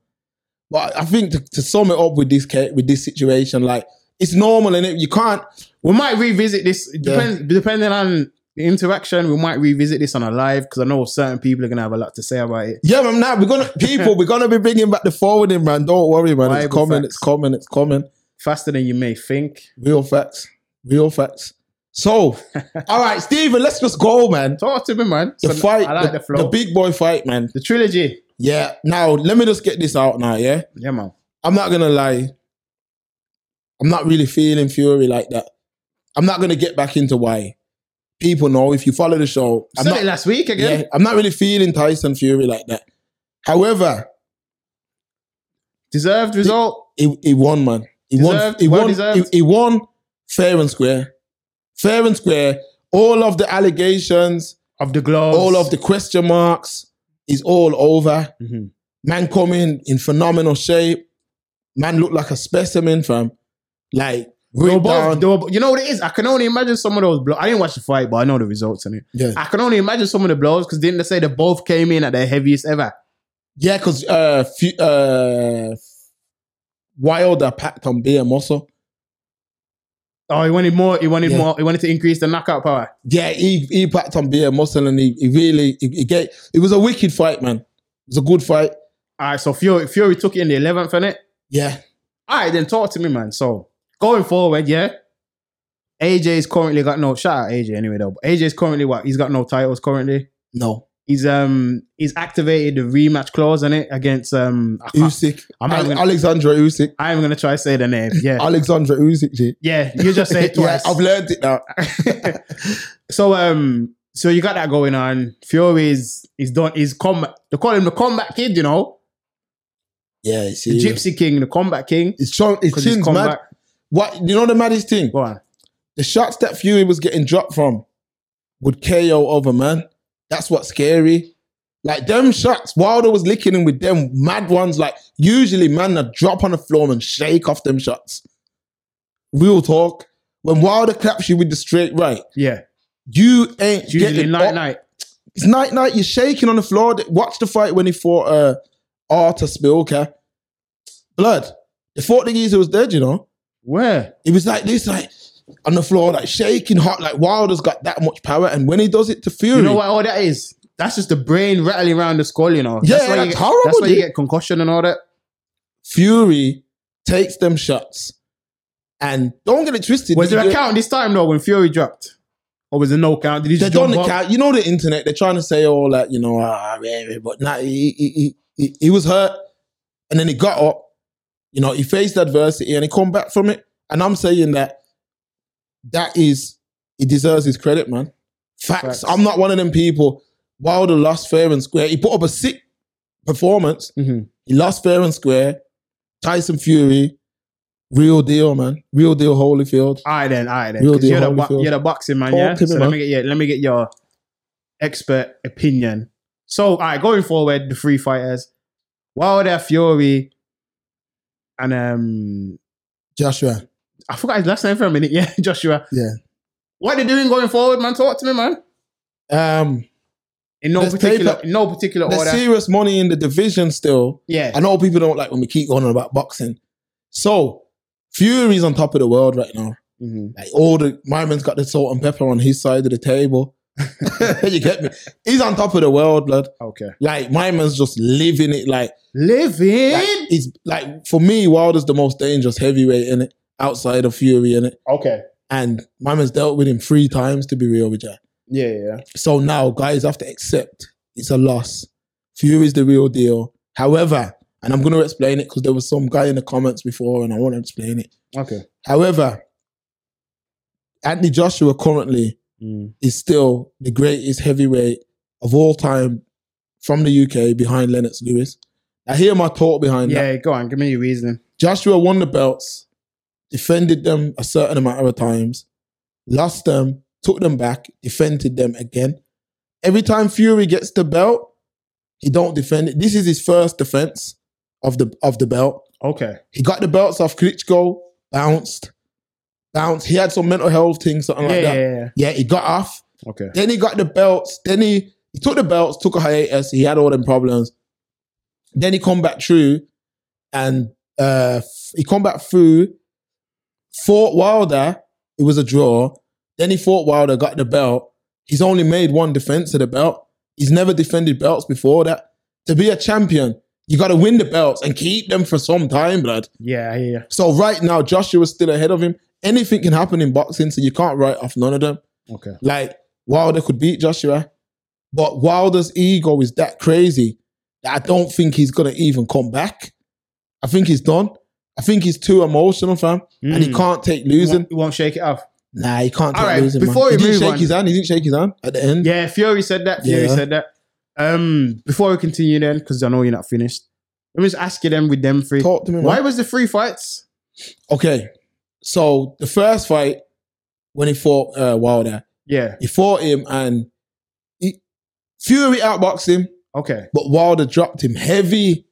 [SPEAKER 3] But I think to, to sum it up with this ca- with this situation, like it's normal and it you can't.
[SPEAKER 4] We might revisit this. It Depends, Depending on the interaction, we might revisit this on a live because I know certain people are going to have a lot to say about it.
[SPEAKER 3] Yeah, man. Now we're
[SPEAKER 4] [laughs]
[SPEAKER 3] gonna people. we're gonna be bringing back the forwarding, man. Don't worry, man. It's
[SPEAKER 4] Bible
[SPEAKER 3] coming.
[SPEAKER 4] facts.
[SPEAKER 3] It's coming. It's coming.
[SPEAKER 4] Faster than you may think.
[SPEAKER 3] Real facts. Real facts.
[SPEAKER 4] [laughs]
[SPEAKER 3] So, all right, Steven, let's just go, man.
[SPEAKER 4] Talk to me, man.
[SPEAKER 3] The
[SPEAKER 4] So,
[SPEAKER 3] fight,
[SPEAKER 4] I like
[SPEAKER 3] the,
[SPEAKER 4] the, flow.
[SPEAKER 3] the big boy fight, man.
[SPEAKER 4] the trilogy.
[SPEAKER 3] Yeah. Now, let me just get this out now. Yeah,
[SPEAKER 4] Yeah, man.
[SPEAKER 3] I'm not gonna lie. I'm not really feeling Fury like that. I'm not gonna get back into why. People know if you follow the show. I'm
[SPEAKER 4] said
[SPEAKER 3] not,
[SPEAKER 4] it last week
[SPEAKER 3] yeah,
[SPEAKER 4] again.
[SPEAKER 3] I'm not really feeling Tyson Fury like that. However,
[SPEAKER 4] Deserved result.
[SPEAKER 3] he, he won, man. He won.
[SPEAKER 4] Deserved,
[SPEAKER 3] He
[SPEAKER 4] well
[SPEAKER 3] won. He,
[SPEAKER 4] deserved.
[SPEAKER 3] he won fair and square. Fair and square. All of the allegations,
[SPEAKER 4] Of the gloves.
[SPEAKER 3] all of the question marks, is all over.
[SPEAKER 4] Mhm.
[SPEAKER 3] Man coming in phenomenal shape. Man looked like a specimen, fam. Like
[SPEAKER 4] They were
[SPEAKER 3] ripped
[SPEAKER 4] both-
[SPEAKER 3] down.
[SPEAKER 4] they were bo- you know what it is? I can only imagine some of those blows. I didn't watch the fight, but I know the results in it.
[SPEAKER 3] Yeah.
[SPEAKER 4] I can only imagine some of the blows because didn't they say they both came in at their heaviest ever?
[SPEAKER 3] Yeah, because uh, fu- uh, Wilder packed on BM also.
[SPEAKER 4] Oh, he wanted more. He wanted
[SPEAKER 3] Yeah.
[SPEAKER 4] more. He wanted to increase the knockout power.
[SPEAKER 3] Yeah, he, he packed on BM muscle and he, he really he, he get, it was a wicked fight, man. It was a good fight.
[SPEAKER 4] All right, so Fury, Fury took it in the eleventh, innit?
[SPEAKER 3] Yeah.
[SPEAKER 4] All right, then talk to me, man. So going forward, yeah. AJ's currently got no shout out AJ anyway though. But AJ's currently what? He's got no titles currently.
[SPEAKER 3] No.
[SPEAKER 4] He's um he's activated the rematch clause in it against um I, can't-
[SPEAKER 3] Usyk.
[SPEAKER 4] I'm not
[SPEAKER 3] Ale-
[SPEAKER 4] gonna-
[SPEAKER 3] Alexandra Usyk.
[SPEAKER 4] I am gonna try to say the name.
[SPEAKER 3] [laughs]
[SPEAKER 4] Yeah.
[SPEAKER 3] Alexandra Usyk. G.
[SPEAKER 4] Yeah, you just say it
[SPEAKER 3] Uh, [laughs] yeah,
[SPEAKER 4] twice.
[SPEAKER 3] I've learned it now.
[SPEAKER 4] [laughs] so um so you got that going on. Fury's he's done he's combat they call him the combat kid, you know?
[SPEAKER 3] Yeah, it's
[SPEAKER 4] The gypsy king, the combat king.
[SPEAKER 3] It's, chon- it's
[SPEAKER 4] 'Cause he's
[SPEAKER 3] chin's
[SPEAKER 4] come
[SPEAKER 3] mad.
[SPEAKER 4] back.
[SPEAKER 3] What you know the maddest thing?
[SPEAKER 4] Go on.
[SPEAKER 3] The shots that Fury was getting dropped from would KO over man. That's what's scary. Like them shots, Wilder was licking him with them mad ones. Like usually, man, they drop on the floor and shake off them shots. Real talk. When Wilder claps you with the straight right,
[SPEAKER 4] Yeah.
[SPEAKER 3] you ain't
[SPEAKER 4] It's usually
[SPEAKER 3] getting
[SPEAKER 4] night
[SPEAKER 3] up.
[SPEAKER 4] night.
[SPEAKER 3] It's night night. You're shaking on the floor. Watch the fight when he fought uh, Arthur Spilker. Blood. They thought the geezer was dead, you know.
[SPEAKER 4] Where?
[SPEAKER 3] He was like this, like on the floor, like shaking hot, like Wilder's got that much power. And when he does it to Fury,
[SPEAKER 4] You know what all that is? That's just the brain rattling around the skull, you know.
[SPEAKER 3] Yeah,
[SPEAKER 4] that's why
[SPEAKER 3] that's
[SPEAKER 4] you get,
[SPEAKER 3] horrible,
[SPEAKER 4] That's why you
[SPEAKER 3] dude.
[SPEAKER 4] get concussion and all that.
[SPEAKER 3] Fury takes them shots. And don't get it twisted.
[SPEAKER 4] Was
[SPEAKER 3] the-
[SPEAKER 4] there a count this time though when Fury dropped? Or was it no count? Did he
[SPEAKER 3] They
[SPEAKER 4] just
[SPEAKER 3] don't
[SPEAKER 4] jump up?
[SPEAKER 3] count. You know the internet. They're trying to say, "Oh, like you know," ah, rah, rah, but nah, he, he, he, he, he was hurt, and then he got up. You know, he faced adversity and he come back from it. And I'm saying that that is he deserves his credit, man. Facts.
[SPEAKER 4] Facts.
[SPEAKER 3] I'm not one of them people. Wilder lost fair and square. He put up a sick performance.
[SPEAKER 4] Mhm.
[SPEAKER 3] He lost fair and square. Tyson Fury, real deal, man. Real deal, Holyfield.
[SPEAKER 4] All right then, all right then.
[SPEAKER 3] Real
[SPEAKER 4] 'Cause
[SPEAKER 3] deal,
[SPEAKER 4] you're, the
[SPEAKER 3] Holyfield.
[SPEAKER 4] bo- you're the boxing man,
[SPEAKER 3] Talk
[SPEAKER 4] yeah.
[SPEAKER 3] to me,
[SPEAKER 4] So
[SPEAKER 3] man.
[SPEAKER 4] let me get your let me get your expert opinion. So, all right, going forward, the three fighters, Wilder, Fury, and um,
[SPEAKER 3] Joshua.
[SPEAKER 4] I forgot his last name for a minute. [laughs] Yeah, Joshua.
[SPEAKER 3] Yeah.
[SPEAKER 4] What are they doing going forward, man? Talk to me, man.
[SPEAKER 3] Um,
[SPEAKER 4] In no
[SPEAKER 3] Let's
[SPEAKER 4] particular,
[SPEAKER 3] take
[SPEAKER 4] in no particular
[SPEAKER 3] there's
[SPEAKER 4] order.
[SPEAKER 3] serious money in the division still.
[SPEAKER 4] yeah.
[SPEAKER 3] I know people don't like when we keep going on about boxing. So Fury's on top of the world right now.
[SPEAKER 4] Mhm.
[SPEAKER 3] Like all the my man's got the salt and pepper on his side of the table. [laughs] you get me? He's on top of the world, blood.
[SPEAKER 4] Okay.
[SPEAKER 3] Like my man's just living it. Like
[SPEAKER 4] Living.
[SPEAKER 3] like, he's like for me, Wilder's the most dangerous heavyweight in it, outside of Fury in it.
[SPEAKER 4] okay.
[SPEAKER 3] And my man's dealt with him three times to be real with you.
[SPEAKER 4] Yeah, yeah.
[SPEAKER 3] So now guys have to accept it's a loss. Fury's the real deal. However, and I'm gonna explain it because there was some guy in the comments before, and I want to explain it.
[SPEAKER 4] yeah. Okay.
[SPEAKER 3] However, Anthony Joshua currently
[SPEAKER 4] Mm.
[SPEAKER 3] is still the greatest heavyweight of all time from the UK behind Lennox Lewis. I hear my thought behind that.
[SPEAKER 4] Yeah, go on. Give me your reasoning.
[SPEAKER 3] Joshua won the belts, defended them a certain amount of times, lost them, took them back, defended them again. Every time Fury gets the belt, he don't defend it. This is his first defense of the of the belt.
[SPEAKER 4] Okay.
[SPEAKER 3] He got the belts off Klitschko, bounced, bounced. He had some mental health thing, something
[SPEAKER 4] yeah,
[SPEAKER 3] like
[SPEAKER 4] yeah,
[SPEAKER 3] that.
[SPEAKER 4] yeah.
[SPEAKER 3] Yeah, he got off.
[SPEAKER 4] Okay.
[SPEAKER 3] Then he got the belts. Then he, he took the belts, took a hiatus. He had all them problems. Then he come back through, and uh, f- he come back through. Fought Wilder. It was a draw. Then he fought Wilder, got the belt. He's only made one defense of the belt. He's never defended belts before that. To be a champion, you got to win the belts and keep them for some time, blood.
[SPEAKER 4] Yeah, yeah.
[SPEAKER 3] So right now, Joshua's still ahead of him. Anything can happen in boxing, so you can't write off none of them.
[SPEAKER 4] Okay.
[SPEAKER 3] Like Wilder could beat Joshua, but Wilder's ego is that crazy that I don't think he's gonna even come back. I think he's done. I think he's too emotional, fam, and he
[SPEAKER 4] Mm.
[SPEAKER 3] can't take
[SPEAKER 4] You
[SPEAKER 3] losing.
[SPEAKER 4] won't, you won't shake it off.
[SPEAKER 3] Nah, he can't take
[SPEAKER 4] All right,
[SPEAKER 3] losing.
[SPEAKER 4] before
[SPEAKER 3] man.
[SPEAKER 4] we
[SPEAKER 3] he didn't
[SPEAKER 4] move
[SPEAKER 3] shake
[SPEAKER 4] on-
[SPEAKER 3] his hand. He didn't shake his hand at the end.
[SPEAKER 4] Yeah, Fury said that. Fury
[SPEAKER 3] Yeah.
[SPEAKER 4] said that. Um, before we continue then, because I know you're not finished, let me just ask you them with them three.
[SPEAKER 3] Talk to me. man.
[SPEAKER 4] Why was the three fights?
[SPEAKER 3] Okay, so the first fight when he fought uh, Wilder,
[SPEAKER 4] Yeah.
[SPEAKER 3] he fought him and he, Fury outboxed him.
[SPEAKER 4] Okay.
[SPEAKER 3] But Wilder dropped him heavy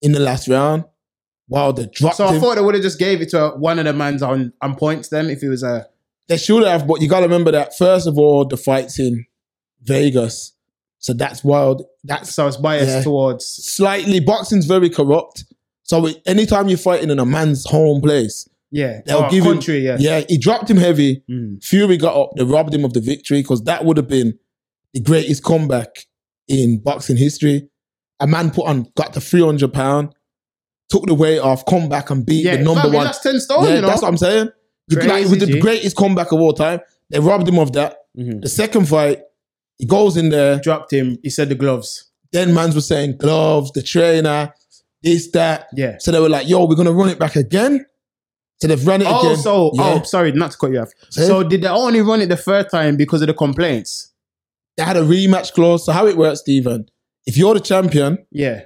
[SPEAKER 3] in the last round. Wilder dropped
[SPEAKER 4] So I
[SPEAKER 3] him.
[SPEAKER 4] thought they would have just gave it to one of the man's on, on points then if it was a
[SPEAKER 3] they should have, but you got to remember that first of all, the fight's in Vegas, so that's wild. That's
[SPEAKER 4] so it's biased
[SPEAKER 3] Yeah.
[SPEAKER 4] towards
[SPEAKER 3] slightly boxing's very corrupt. So it- anytime you're fighting in a man's home place,
[SPEAKER 4] yeah
[SPEAKER 3] They'll
[SPEAKER 4] or
[SPEAKER 3] give him-
[SPEAKER 4] country yeah
[SPEAKER 3] yeah, he dropped him heavy.
[SPEAKER 4] Mm.
[SPEAKER 3] Fury got up, they robbed him of the victory because that would have been the greatest comeback in boxing history. A man put on, got to 300 pound, took the weight off, come back and beat
[SPEAKER 4] yeah
[SPEAKER 3] the number
[SPEAKER 4] fam, he
[SPEAKER 3] one.
[SPEAKER 4] lost ten stone
[SPEAKER 3] yeah,
[SPEAKER 4] you know
[SPEAKER 3] that's what I'm saying. You could- like, it was
[SPEAKER 4] Crazy,
[SPEAKER 3] the
[SPEAKER 4] G.
[SPEAKER 3] greatest comeback of all time. They robbed him of that.
[SPEAKER 4] Mhm.
[SPEAKER 3] The second fight, he goes in there.
[SPEAKER 4] dropped him he said the gloves
[SPEAKER 3] Then mans were saying gloves, the trainer, this, that.
[SPEAKER 4] yeah
[SPEAKER 3] So they were like, yo, we're going to run it back again. So they've run it
[SPEAKER 4] oh
[SPEAKER 3] again.
[SPEAKER 4] so
[SPEAKER 3] Yeah.
[SPEAKER 4] oh sorry not to cut you off
[SPEAKER 3] Say?
[SPEAKER 4] so did they only run it the third time because of the complaints
[SPEAKER 3] They had a rematch clause. So how it works, Stephen, if you're the champion,
[SPEAKER 4] yeah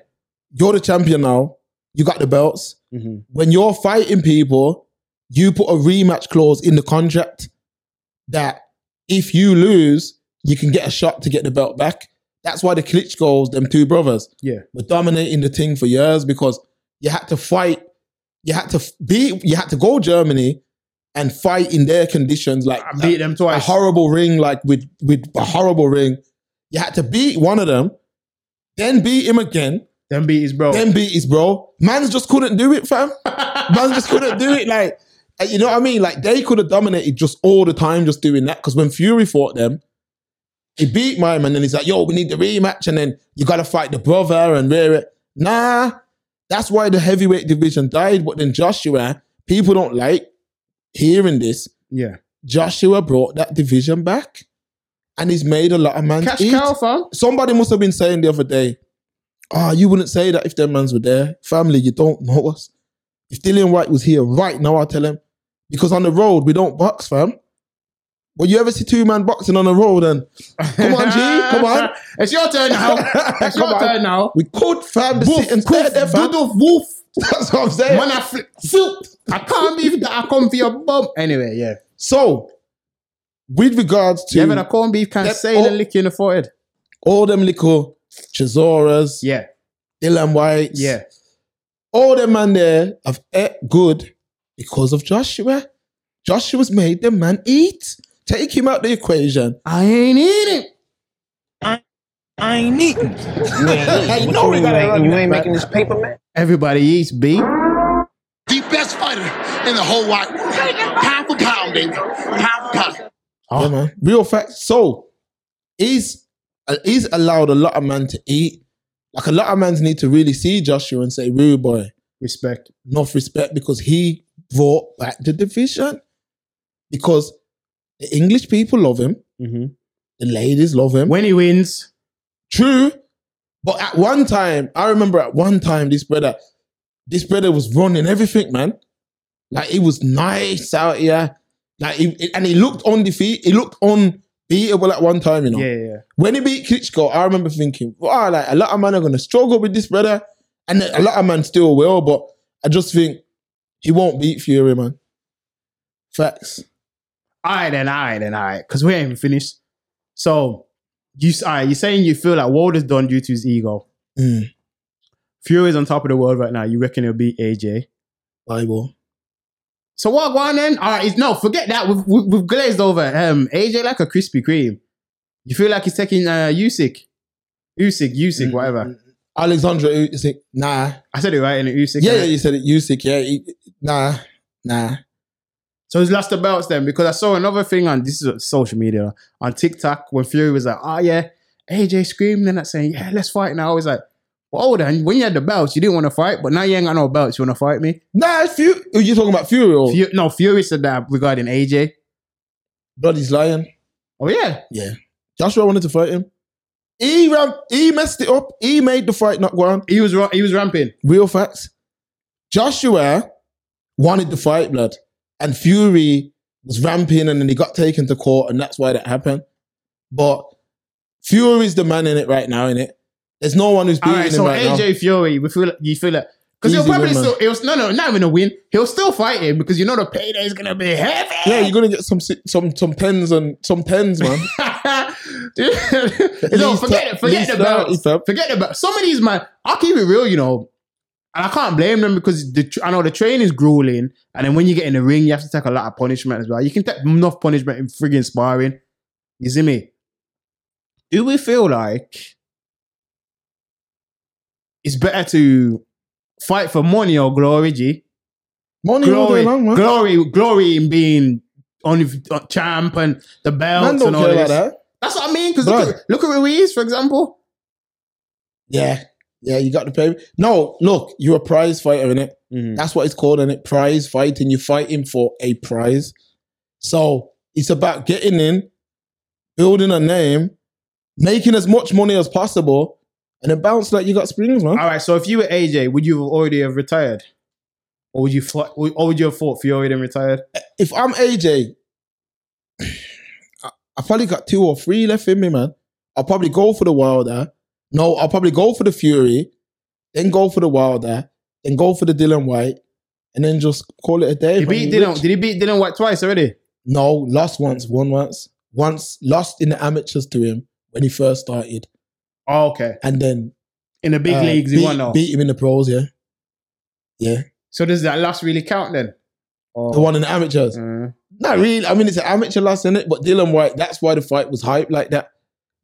[SPEAKER 3] you're the champion now. You got the belts.
[SPEAKER 4] Mhm.
[SPEAKER 3] When you're fighting people, you put a rematch clause in the contract that if you lose, you can get a shot to get the belt back. That's why the Klitschko's, them two brothers,
[SPEAKER 4] yeah
[SPEAKER 3] were dominating the thing for years because you had to fight, you had to f- beat, you had to go Germany and fight in their conditions, like
[SPEAKER 4] I beat them
[SPEAKER 3] a
[SPEAKER 4] twice
[SPEAKER 3] horrible ring, like with with a horrible ring. You had to beat one of them, then beat him again,
[SPEAKER 4] then beat his bro
[SPEAKER 3] then beat his bro. Man's just couldn't do it, fam. Man's just couldn't do it. Like, uh, you know what I mean? Like they could have dominated just all the time, just doing that. Because when Fury fought them, he beat my man, and he's like, "Yo, we need the rematch," and then you got to fight the brother and rare it. Nah, that's why the heavyweight division died. But then Joshua, people don't like hearing this.
[SPEAKER 4] yeah
[SPEAKER 3] Joshua brought that division back and he's made a lot of man
[SPEAKER 4] cash
[SPEAKER 3] eat.
[SPEAKER 4] cow fam
[SPEAKER 3] Somebody must have been saying the other day, ah, you wouldn't say that if them mans were there. Family, you don't know us. If Dillian White was here right now, I'll tell him. Because on the road, we don't box, fam. Well, you ever see two man boxing on the road
[SPEAKER 4] [laughs]
[SPEAKER 3] and [laughs] come on, G, come on.
[SPEAKER 4] it's your
[SPEAKER 3] [laughs]
[SPEAKER 4] turn now it's
[SPEAKER 3] Come
[SPEAKER 4] your
[SPEAKER 3] on.
[SPEAKER 4] turn now
[SPEAKER 3] We could, fam, the
[SPEAKER 4] Woof,
[SPEAKER 3] sit and stare
[SPEAKER 4] woof,
[SPEAKER 3] there, fam.
[SPEAKER 4] doodle, woof.
[SPEAKER 3] That's what I'm saying.
[SPEAKER 4] Man, I, flip, soup. I can't believe that I come for your bum. Anyway, yeah.
[SPEAKER 3] so, with regards to
[SPEAKER 4] Yeah, but I corned beef can
[SPEAKER 3] Yep.
[SPEAKER 4] sail
[SPEAKER 3] Oh.
[SPEAKER 4] and lick you in the forehead.
[SPEAKER 3] all them little Chisoras,
[SPEAKER 4] Yeah,
[SPEAKER 3] Dylan Whites,
[SPEAKER 4] yeah.
[SPEAKER 3] all them man there have ate good because of Joshua. Joshua's made them man eat. Take him out the equation.
[SPEAKER 4] I ain't eating.
[SPEAKER 6] I ain't
[SPEAKER 3] [laughs]
[SPEAKER 6] eating. You ain't,
[SPEAKER 3] I
[SPEAKER 6] eating.
[SPEAKER 3] know
[SPEAKER 6] What
[SPEAKER 3] we
[SPEAKER 6] you,
[SPEAKER 3] gotta
[SPEAKER 6] ain't,
[SPEAKER 3] run
[SPEAKER 6] you
[SPEAKER 3] that
[SPEAKER 6] ain't
[SPEAKER 3] back.
[SPEAKER 6] making this paper, man.
[SPEAKER 4] Everybody eats beef.
[SPEAKER 7] the best fighter in the whole wide world. Pound for pound, baby. Pound for pound.
[SPEAKER 3] Yeah, man. Real fact. So he's uh, he's allowed a lot of man to eat. Like a lot of men need to really see Joshua and say, "Rude boy,
[SPEAKER 4] Respect.
[SPEAKER 3] enough respect," because he brought back the division. Because the English people love him,
[SPEAKER 4] Mhm.
[SPEAKER 3] the ladies love him.
[SPEAKER 4] When he wins,
[SPEAKER 3] True. But at one time, I remember at one time this brother, this brother was running everything, man. Like he was nice out here. Like he, and he looked undefeated. He looked unbeatable at one time, you know.
[SPEAKER 4] yeah, yeah, yeah.
[SPEAKER 3] When he beat Klitschko, I remember thinking, wow, like a lot of men are gonna struggle with this brother. And a lot of men still will, but I just think he won't beat Fury, man. Facts.
[SPEAKER 4] All right, then, all right, then, all right. Because we ain't even finished. So, you, all right, you're saying you feel like Wilder's done due to his ego.
[SPEAKER 3] Mm.
[SPEAKER 4] Fury's on top of the world right now. You reckon he'll beat AJ?
[SPEAKER 3] Bible.
[SPEAKER 4] So what? Go on then. All right. it's- No, forget that. We've, we've, we've glazed over. Um, AJ like a Krispy Kreme. You feel like he's taking uh Usyk, Usyk,
[SPEAKER 3] Mm-hmm.
[SPEAKER 4] Usyk, whatever.
[SPEAKER 3] Alexandra Usyk, nah.
[SPEAKER 4] I said it right in Usyk.
[SPEAKER 3] Yeah, yeah,
[SPEAKER 4] right?
[SPEAKER 3] you said it. Usyk, yeah. he- nah, nah.
[SPEAKER 4] So he's lost the belts then because I saw another thing on this is social media on TikTok when Fury was like, "Oh yeah, AJ screaming and that saying, yeah, let's fight now." I was like, "Well, hold on. When you had the belts, you didn't want to fight, but now you ain't got no belts. You want to fight me?"
[SPEAKER 3] Nah, it's Fury. Are you talking about Fury or
[SPEAKER 4] Fu- no, Fury said that regarding AJ.
[SPEAKER 3] Bloody's lying?
[SPEAKER 4] Oh yeah,
[SPEAKER 3] Joshua wanted to fight him. He ram- he messed it up. He made the fight not go on.
[SPEAKER 4] he was ra- he was ramping.
[SPEAKER 3] Real facts. Joshua wanted the fight, blood. And Fury was ramping and then he got taken to court, and that's why that happened. But Fury's the man in it right now, innit? There's no one who's
[SPEAKER 4] All
[SPEAKER 3] beating
[SPEAKER 4] right,
[SPEAKER 3] him
[SPEAKER 4] so
[SPEAKER 3] right now.
[SPEAKER 4] AJ Fury, we feel like, you feel like because he'll
[SPEAKER 3] Easy
[SPEAKER 4] probably
[SPEAKER 3] win, man.
[SPEAKER 4] still he'll, no no not even a win. He'll still fight him because you know the payday is gonna be heavy.
[SPEAKER 3] Yeah,
[SPEAKER 4] [laughs]
[SPEAKER 3] you're gonna get some si- some some pens and some pens, man.
[SPEAKER 4] [laughs] no,
[SPEAKER 3] least
[SPEAKER 4] forget
[SPEAKER 3] thir-
[SPEAKER 4] it. Forget
[SPEAKER 3] least
[SPEAKER 4] about
[SPEAKER 3] 30, fam.
[SPEAKER 4] forget about some of these man. I'll keep it real, you know, and I can't blame them because the tr- I know the training is grueling, and then when you get in the ring, you have to take a lot of punishment as well. You can take enough punishment in friggin' sparring. You see me? Do we feel like it's better to fight for money or glory, G?
[SPEAKER 3] Money all
[SPEAKER 4] glory,
[SPEAKER 3] day long, man.
[SPEAKER 4] glory, glory in being on uh, champ and the belt
[SPEAKER 3] Man don't
[SPEAKER 4] and all
[SPEAKER 3] care
[SPEAKER 4] this.
[SPEAKER 3] about that.
[SPEAKER 4] That's what I mean. Because
[SPEAKER 3] Bruh.
[SPEAKER 4] look at, look at Ruiz, for example.
[SPEAKER 3] Yeah. Yeah, you got to pay. No, look, you're a prize fighter, innit?
[SPEAKER 4] Mm.
[SPEAKER 3] That's what it's called, innit? Prize fighting. You're fighting for a prize. So it's about getting in, building a name, making as much money as possible, and then bounce like you got springs, man.
[SPEAKER 4] All right. So if you were AJ, would you have already have retired, or would you fought, or would you have fought Fury then retired?
[SPEAKER 3] if I'm AJ, I, I probably got two or three left in me, man. I'll probably go for the Wilder. No, I'll probably go for the Fury, then go for the Wilder, then go for the Dylan White, and then just call it a day.
[SPEAKER 4] He
[SPEAKER 3] man.
[SPEAKER 4] beat
[SPEAKER 3] You
[SPEAKER 4] Dylan.
[SPEAKER 3] rich.
[SPEAKER 4] Did he beat Dylan White twice already?
[SPEAKER 3] No, lost once, won once. Once lost in the amateurs to him when he first started,
[SPEAKER 4] Oh, okay.
[SPEAKER 3] and then
[SPEAKER 4] In the big
[SPEAKER 3] uh,
[SPEAKER 4] leagues,
[SPEAKER 3] beat,
[SPEAKER 4] he won now.
[SPEAKER 3] beat him in the pros. Yeah, yeah.
[SPEAKER 4] So does that last really count then? Oh,
[SPEAKER 3] The one in the amateurs.
[SPEAKER 4] Mm.
[SPEAKER 3] Not really. I mean, it's an amateur loss, is it? But Dylan White, that's why the fight was hyped like that.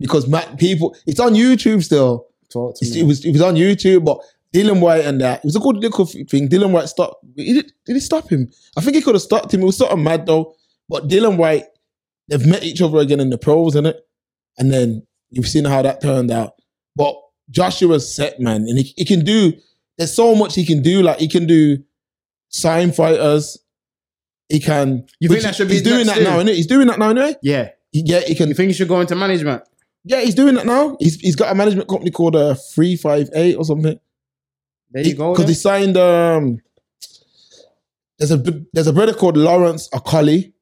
[SPEAKER 3] Because Matt, people, it's on YouTube still.
[SPEAKER 4] Talk to
[SPEAKER 3] It's,
[SPEAKER 4] me.
[SPEAKER 3] it was it was on YouTube, but Dylan White and that. It was a good little f- thing. Dylan White stopped. He did, did he stop him? I think he could have stopped him. It was sort of mad though. But Dylan White, they've met each other again in the pros, innit? And then you've seen how that turned out. But Joshua's set, man. And he, he can do, there's so much he can do. Like, he can do sign fighters. He can.
[SPEAKER 4] You think
[SPEAKER 3] which
[SPEAKER 4] that should be
[SPEAKER 3] He's
[SPEAKER 4] his
[SPEAKER 3] doing
[SPEAKER 4] next
[SPEAKER 3] that now,
[SPEAKER 4] thing?
[SPEAKER 3] innit? He's doing that now, anyway.
[SPEAKER 4] yeah.
[SPEAKER 3] Yeah, he can.
[SPEAKER 4] You think he should go into management?
[SPEAKER 3] Yeah, he's doing that now. He's, he's got a management company called uh, 358 or something.
[SPEAKER 4] There you go.
[SPEAKER 3] Because
[SPEAKER 4] then.
[SPEAKER 3] he signed. Um, there's a b- there's a brother called Lawrence Akali,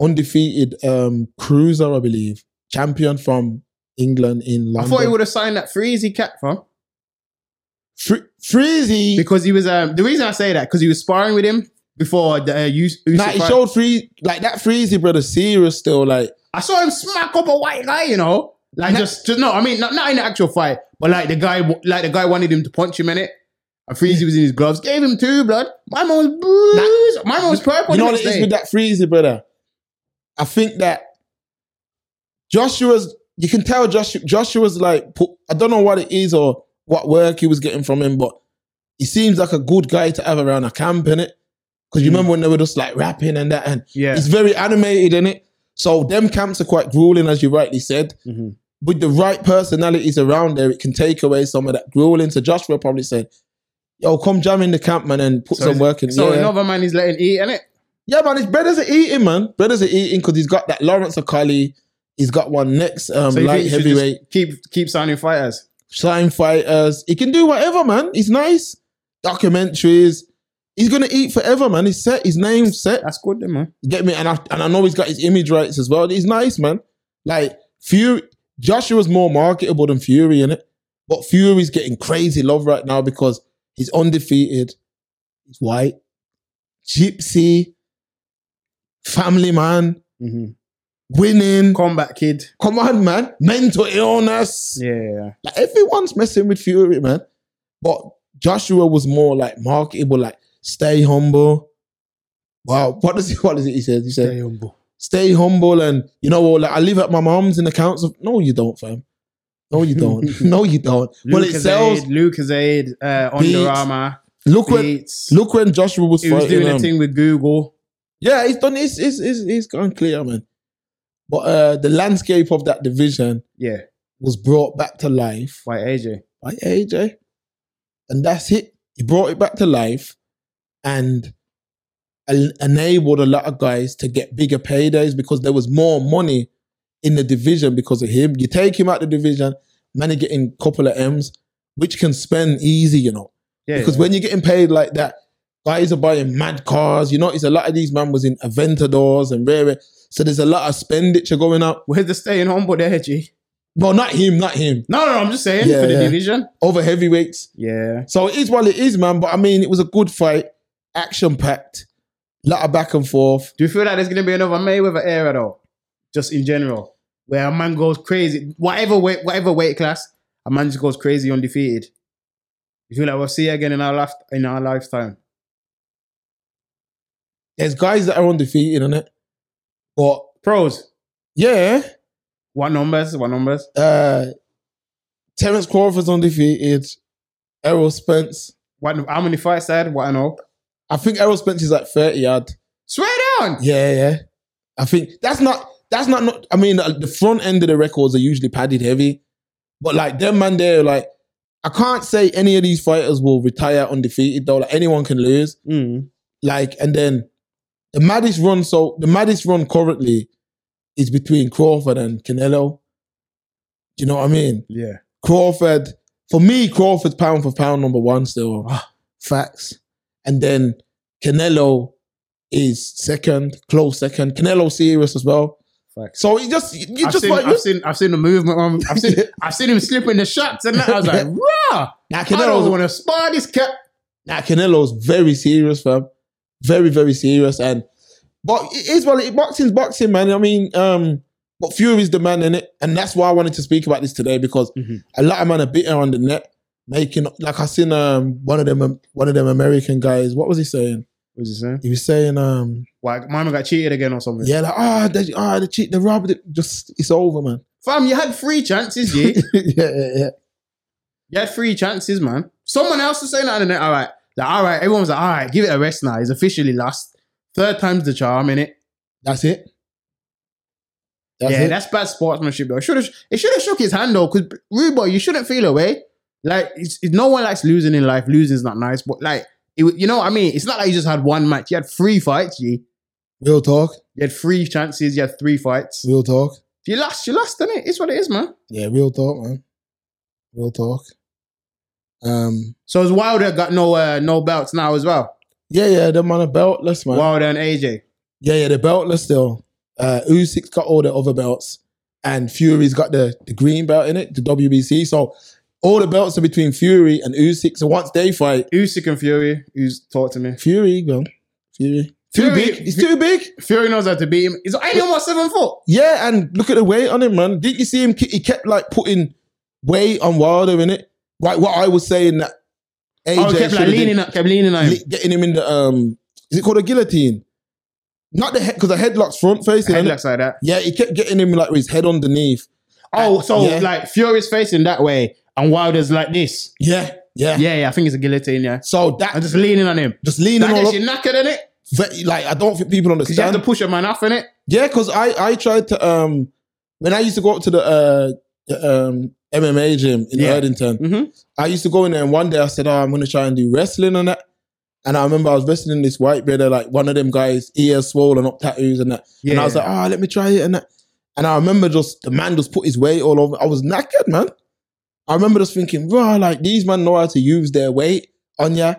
[SPEAKER 3] undefeated um, cruiser, I believe, champion from England in
[SPEAKER 4] I
[SPEAKER 3] London.
[SPEAKER 4] thought he would have signed that freezy cat from
[SPEAKER 3] Fre- Freezy.
[SPEAKER 4] because he was. Um, the reason I say that because he was sparring with him before the uh, Us- Usyk
[SPEAKER 3] nah, he
[SPEAKER 4] fight.
[SPEAKER 3] showed free like that Freezy brother serious still. Like
[SPEAKER 4] I saw him smack up a white guy, you know, like
[SPEAKER 3] Nah.
[SPEAKER 4] just, just no. I mean, not, not in the actual fight, but like the guy, w- like the guy wanted him to punch him in it. And Freezy was in his gloves, gave him two blood. My man was bruised. My man was purple.
[SPEAKER 3] you know what
[SPEAKER 4] the next
[SPEAKER 3] it is
[SPEAKER 4] day.
[SPEAKER 3] with that Freezy brother. I think that Joshua's. You can tell Joshua. Joshua's like put, I don't know what it is or what work he was getting from him, but he seems like a good guy to have around a camp in it. Because you remember when they were just like rapping and that, and
[SPEAKER 4] Hmm. yeah,
[SPEAKER 3] It's very animated in it. So them camps are quite grueling, as you rightly said.
[SPEAKER 4] Mhm.
[SPEAKER 3] with the right personalities around there, it can take away some of that grueling. So Joshua probably said, "Yo, come jam in the camp, man, and put some
[SPEAKER 4] is-
[SPEAKER 3] work in."
[SPEAKER 4] So
[SPEAKER 3] yeah.
[SPEAKER 4] another man is letting eat, innit?
[SPEAKER 3] yeah, man, his brothers are eating, man. Brothers are eating because he's got that Lawrence Akali. He's got one next um,
[SPEAKER 4] So you
[SPEAKER 3] light
[SPEAKER 4] think you should just
[SPEAKER 3] heavyweight.
[SPEAKER 4] keep keep signing fighters.
[SPEAKER 3] sign fighters. He can do whatever, man. He's nice. Documentaries. He's gonna eat forever, man. He's set. His name's set.
[SPEAKER 4] That's good, then, man.
[SPEAKER 3] You Get me? And I and I know he's got his image rights as well. He's nice, man. Like Fury, Joshua's more marketable than Fury in it, but Fury's getting crazy love right now because he's undefeated. He's white, gypsy, family man,
[SPEAKER 4] Mhm.
[SPEAKER 3] winning.
[SPEAKER 4] Combat kid.
[SPEAKER 3] Come on, man. Mental illness.
[SPEAKER 4] Yeah.
[SPEAKER 3] Like everyone's messing with Fury, man. But Joshua was more like marketable, like stay humble. Wow, what does he? What is it? He says. He said,
[SPEAKER 4] humble.
[SPEAKER 3] "Stay humble," and you know, well, like I live at my mom's in the council. No, you don't, fam. No, you
[SPEAKER 4] [laughs]
[SPEAKER 3] don't. no, you don't. well, it sells.
[SPEAKER 4] Lucasade, uh,
[SPEAKER 3] Beats.
[SPEAKER 4] Under Armour,
[SPEAKER 3] Look when,
[SPEAKER 4] Beats.
[SPEAKER 3] look when Joshua was
[SPEAKER 4] he was
[SPEAKER 3] fighting.
[SPEAKER 4] doing a
[SPEAKER 3] um,
[SPEAKER 4] thing with Google.
[SPEAKER 3] Yeah, he's done. He's he's he's, he's gone clear, man. But uh, the landscape of that division
[SPEAKER 4] Yeah,
[SPEAKER 3] was brought back to life
[SPEAKER 4] by AJ.
[SPEAKER 3] by AJ. And that's it. He brought it back to life and en- enabled a lot of guys to get bigger paydays because there was more money in the division because of him. You take him out the division, man, he getting a couple of M's, which can spend easy, you know.
[SPEAKER 4] Yeah,
[SPEAKER 3] because
[SPEAKER 4] yeah.
[SPEAKER 3] when you're getting paid like that, guys are buying mad cars. You notice a lot of these man was in Aventadors and rare. So there's a lot of expenditure going up.
[SPEAKER 4] where's the staying humble there, G?
[SPEAKER 3] Well, not him, not him.
[SPEAKER 4] No, no, no I'm just saying
[SPEAKER 3] Yeah,
[SPEAKER 4] for the
[SPEAKER 3] yeah.
[SPEAKER 4] division.
[SPEAKER 3] Over heavyweights.
[SPEAKER 4] Yeah,
[SPEAKER 3] So it is what it is, man. But I mean, it was a good fight, action packed, lot of back and forth.
[SPEAKER 4] do you feel like there's gonna be another Mayweather era though? Just in general, where a man goes crazy, whatever weight, whatever weight class, a man just goes crazy undefeated. You feel like we'll see it again in our life in our lifetime.
[SPEAKER 3] There's guys that are undefeated in it, but
[SPEAKER 4] Pros,
[SPEAKER 3] yeah,
[SPEAKER 4] what numbers? What numbers?
[SPEAKER 3] uh, Terence Crawford's undefeated. Errol Spence,
[SPEAKER 4] What? How many fights I had? What I know?
[SPEAKER 3] I think Errol Spence is like thirty yard.
[SPEAKER 4] Swear down.
[SPEAKER 3] Yeah, yeah. I think that's not that's not. not I mean, uh, the front end of the records are usually padded heavy, but like them man, they're like. I can't say any of these fighters will retire undefeated though. Like anyone can lose.
[SPEAKER 4] Mm.
[SPEAKER 3] like and then the maddest run so the maddest run currently is between Crawford and Canelo. Do you know what I mean?
[SPEAKER 4] Yeah.
[SPEAKER 3] Crawford for me, Crawford's pound for pound number one still.
[SPEAKER 4] Ah.
[SPEAKER 3] Facts. And then Canelo is second, close second. Canelo serious as well.
[SPEAKER 4] Facts.
[SPEAKER 3] So you just you
[SPEAKER 4] I've
[SPEAKER 3] just
[SPEAKER 4] seen,
[SPEAKER 3] like
[SPEAKER 4] I've seen, I've seen the movement. um,
[SPEAKER 3] [laughs]
[SPEAKER 4] I've seen, I've seen him slipping the shots, and that. I was like, "Rah!
[SPEAKER 3] now
[SPEAKER 4] I don't
[SPEAKER 3] Canelo's
[SPEAKER 4] want to spar this cat."
[SPEAKER 3] now Canelo's very serious, fam. Very, very serious. And but it is well, it, boxing's boxing, man. I mean, um, but Fury's the man in it, and that's why I wanted to speak about this today because
[SPEAKER 4] Mhm.
[SPEAKER 3] a lot of men are bitter on the net, making like I seen um one of them one of them American guys. What was he saying?
[SPEAKER 4] What's he saying?
[SPEAKER 3] He was saying um
[SPEAKER 4] Like, mama got cheated again or something.
[SPEAKER 3] yeah like ah oh, they ah oh, they cheat they robbed it just it's over man
[SPEAKER 4] Fam, you had three chances, yeah.
[SPEAKER 3] [laughs] yeah yeah yeah
[SPEAKER 4] you had three chances, man. Someone else was saying that on the net. All right, like, all right, everyone's like, all right, give it a rest now. He's officially lost. Third time's the charm, innit?
[SPEAKER 3] that's it that's
[SPEAKER 4] yeah,
[SPEAKER 3] it
[SPEAKER 4] that's bad sportsmanship, though. Should have, it should have shook his hand though, because Rubo, you shouldn't feel away. Like, it's, it- no one likes losing in life. Losing's not nice, but like, it, would- you know what I mean? It's not like you just had one match. You had three fights. You,
[SPEAKER 3] real talk
[SPEAKER 4] you had three chances. You had three fights. If
[SPEAKER 3] real talk
[SPEAKER 4] you lost, you lost, innit? It's what it is, man.
[SPEAKER 3] yeah real talk man real talk um
[SPEAKER 4] So has Wilder got no uh, no belts now as well?
[SPEAKER 3] yeah yeah them man are beltless man
[SPEAKER 4] Wilder and AJ.
[SPEAKER 3] Yeah, yeah, they're beltless still. Uh, Usyk's got all the other belts, and Fury's got the, the green belt in it, the WBC. So all the belts are between Fury and Usyk. So once they fight,
[SPEAKER 4] Usyk and Fury, who's talk to me.
[SPEAKER 3] Fury, go, Fury, too
[SPEAKER 4] Fury-
[SPEAKER 3] big. He's too big.
[SPEAKER 4] Fury knows how to beat him. He's only almost seven foot.
[SPEAKER 3] Yeah, and look at the weight on him, man. Didn't you see him? He kept like putting weight on Wilder in it. Like what I was saying that AJ
[SPEAKER 4] oh, kept like
[SPEAKER 3] should've did-
[SPEAKER 4] leaning, up, kept leaning on him.
[SPEAKER 3] li- getting him in the um, is it called a guillotine? Not the head because the headlock's front facing.
[SPEAKER 4] Head
[SPEAKER 3] innit?
[SPEAKER 4] looks like that.
[SPEAKER 3] Yeah, he kept getting him like with his head underneath.
[SPEAKER 4] Oh, so
[SPEAKER 3] Yeah.
[SPEAKER 4] like Fury's facing that way and Wilder's like this.
[SPEAKER 3] Yeah, yeah.
[SPEAKER 4] Yeah, yeah, I think it's a guillotine, yeah.
[SPEAKER 3] So
[SPEAKER 4] I'm
[SPEAKER 3] that
[SPEAKER 4] just leaning on him.
[SPEAKER 3] just leaning
[SPEAKER 4] That
[SPEAKER 3] on
[SPEAKER 4] gets
[SPEAKER 3] up,
[SPEAKER 4] you knackered, innit?
[SPEAKER 3] ve- like I don't think people
[SPEAKER 4] Because you have
[SPEAKER 3] understand.
[SPEAKER 4] to push a man off, innit?
[SPEAKER 3] yeah, because I I tried to um when I used to go up to the uh the um, MMA gym in
[SPEAKER 4] Yeah.
[SPEAKER 3] Erdington.
[SPEAKER 4] Mhm.
[SPEAKER 3] I used to go in there, and one day I said, "Oh, I'm going to try and do wrestling on that." And I remember I was wrestling this white brother, like one of them guys, ears swollen up, tattoos and that. And I was
[SPEAKER 4] Yeah.
[SPEAKER 3] like, "Oh, let me try it and that." And I remember just the man just put his weight all over. I was knackered, man. I remember just thinking, "Wow, like these men know how to use their weight on ya."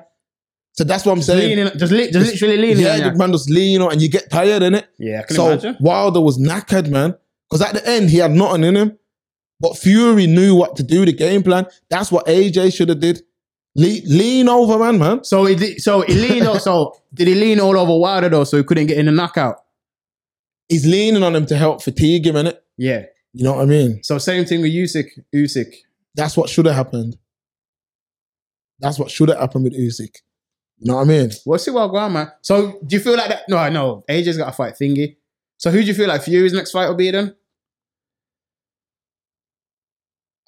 [SPEAKER 3] So that's what I'm saying.
[SPEAKER 4] Leaning, just, li- just literally leaning.
[SPEAKER 3] yeah,
[SPEAKER 4] on ya.
[SPEAKER 3] the man just lean on, and you get tired in it.
[SPEAKER 4] yeah. Can you
[SPEAKER 3] So
[SPEAKER 4] imagine?
[SPEAKER 3] Wilder was knackered, man. Because at the end, he had nothing in him. But Fury knew what to do, the game plan. That's what AJ should have did. Le- lean over, man, man.
[SPEAKER 4] So he did, so he leaned out. So did he lean all over Wilder though? So he couldn't get in the knockout.
[SPEAKER 3] He's leaning on him to help fatigue him, innit?
[SPEAKER 4] Yeah.
[SPEAKER 3] You know what I mean?
[SPEAKER 4] So same thing with Usyk. Usyk.
[SPEAKER 3] That's what should have happened. That's what should have happened with Usyk. You know what I mean?
[SPEAKER 4] We'll see what going, on, man. So do you feel like that? No, I know AJ's got a fight thingy. So who do you feel like Fury's next fight will be then?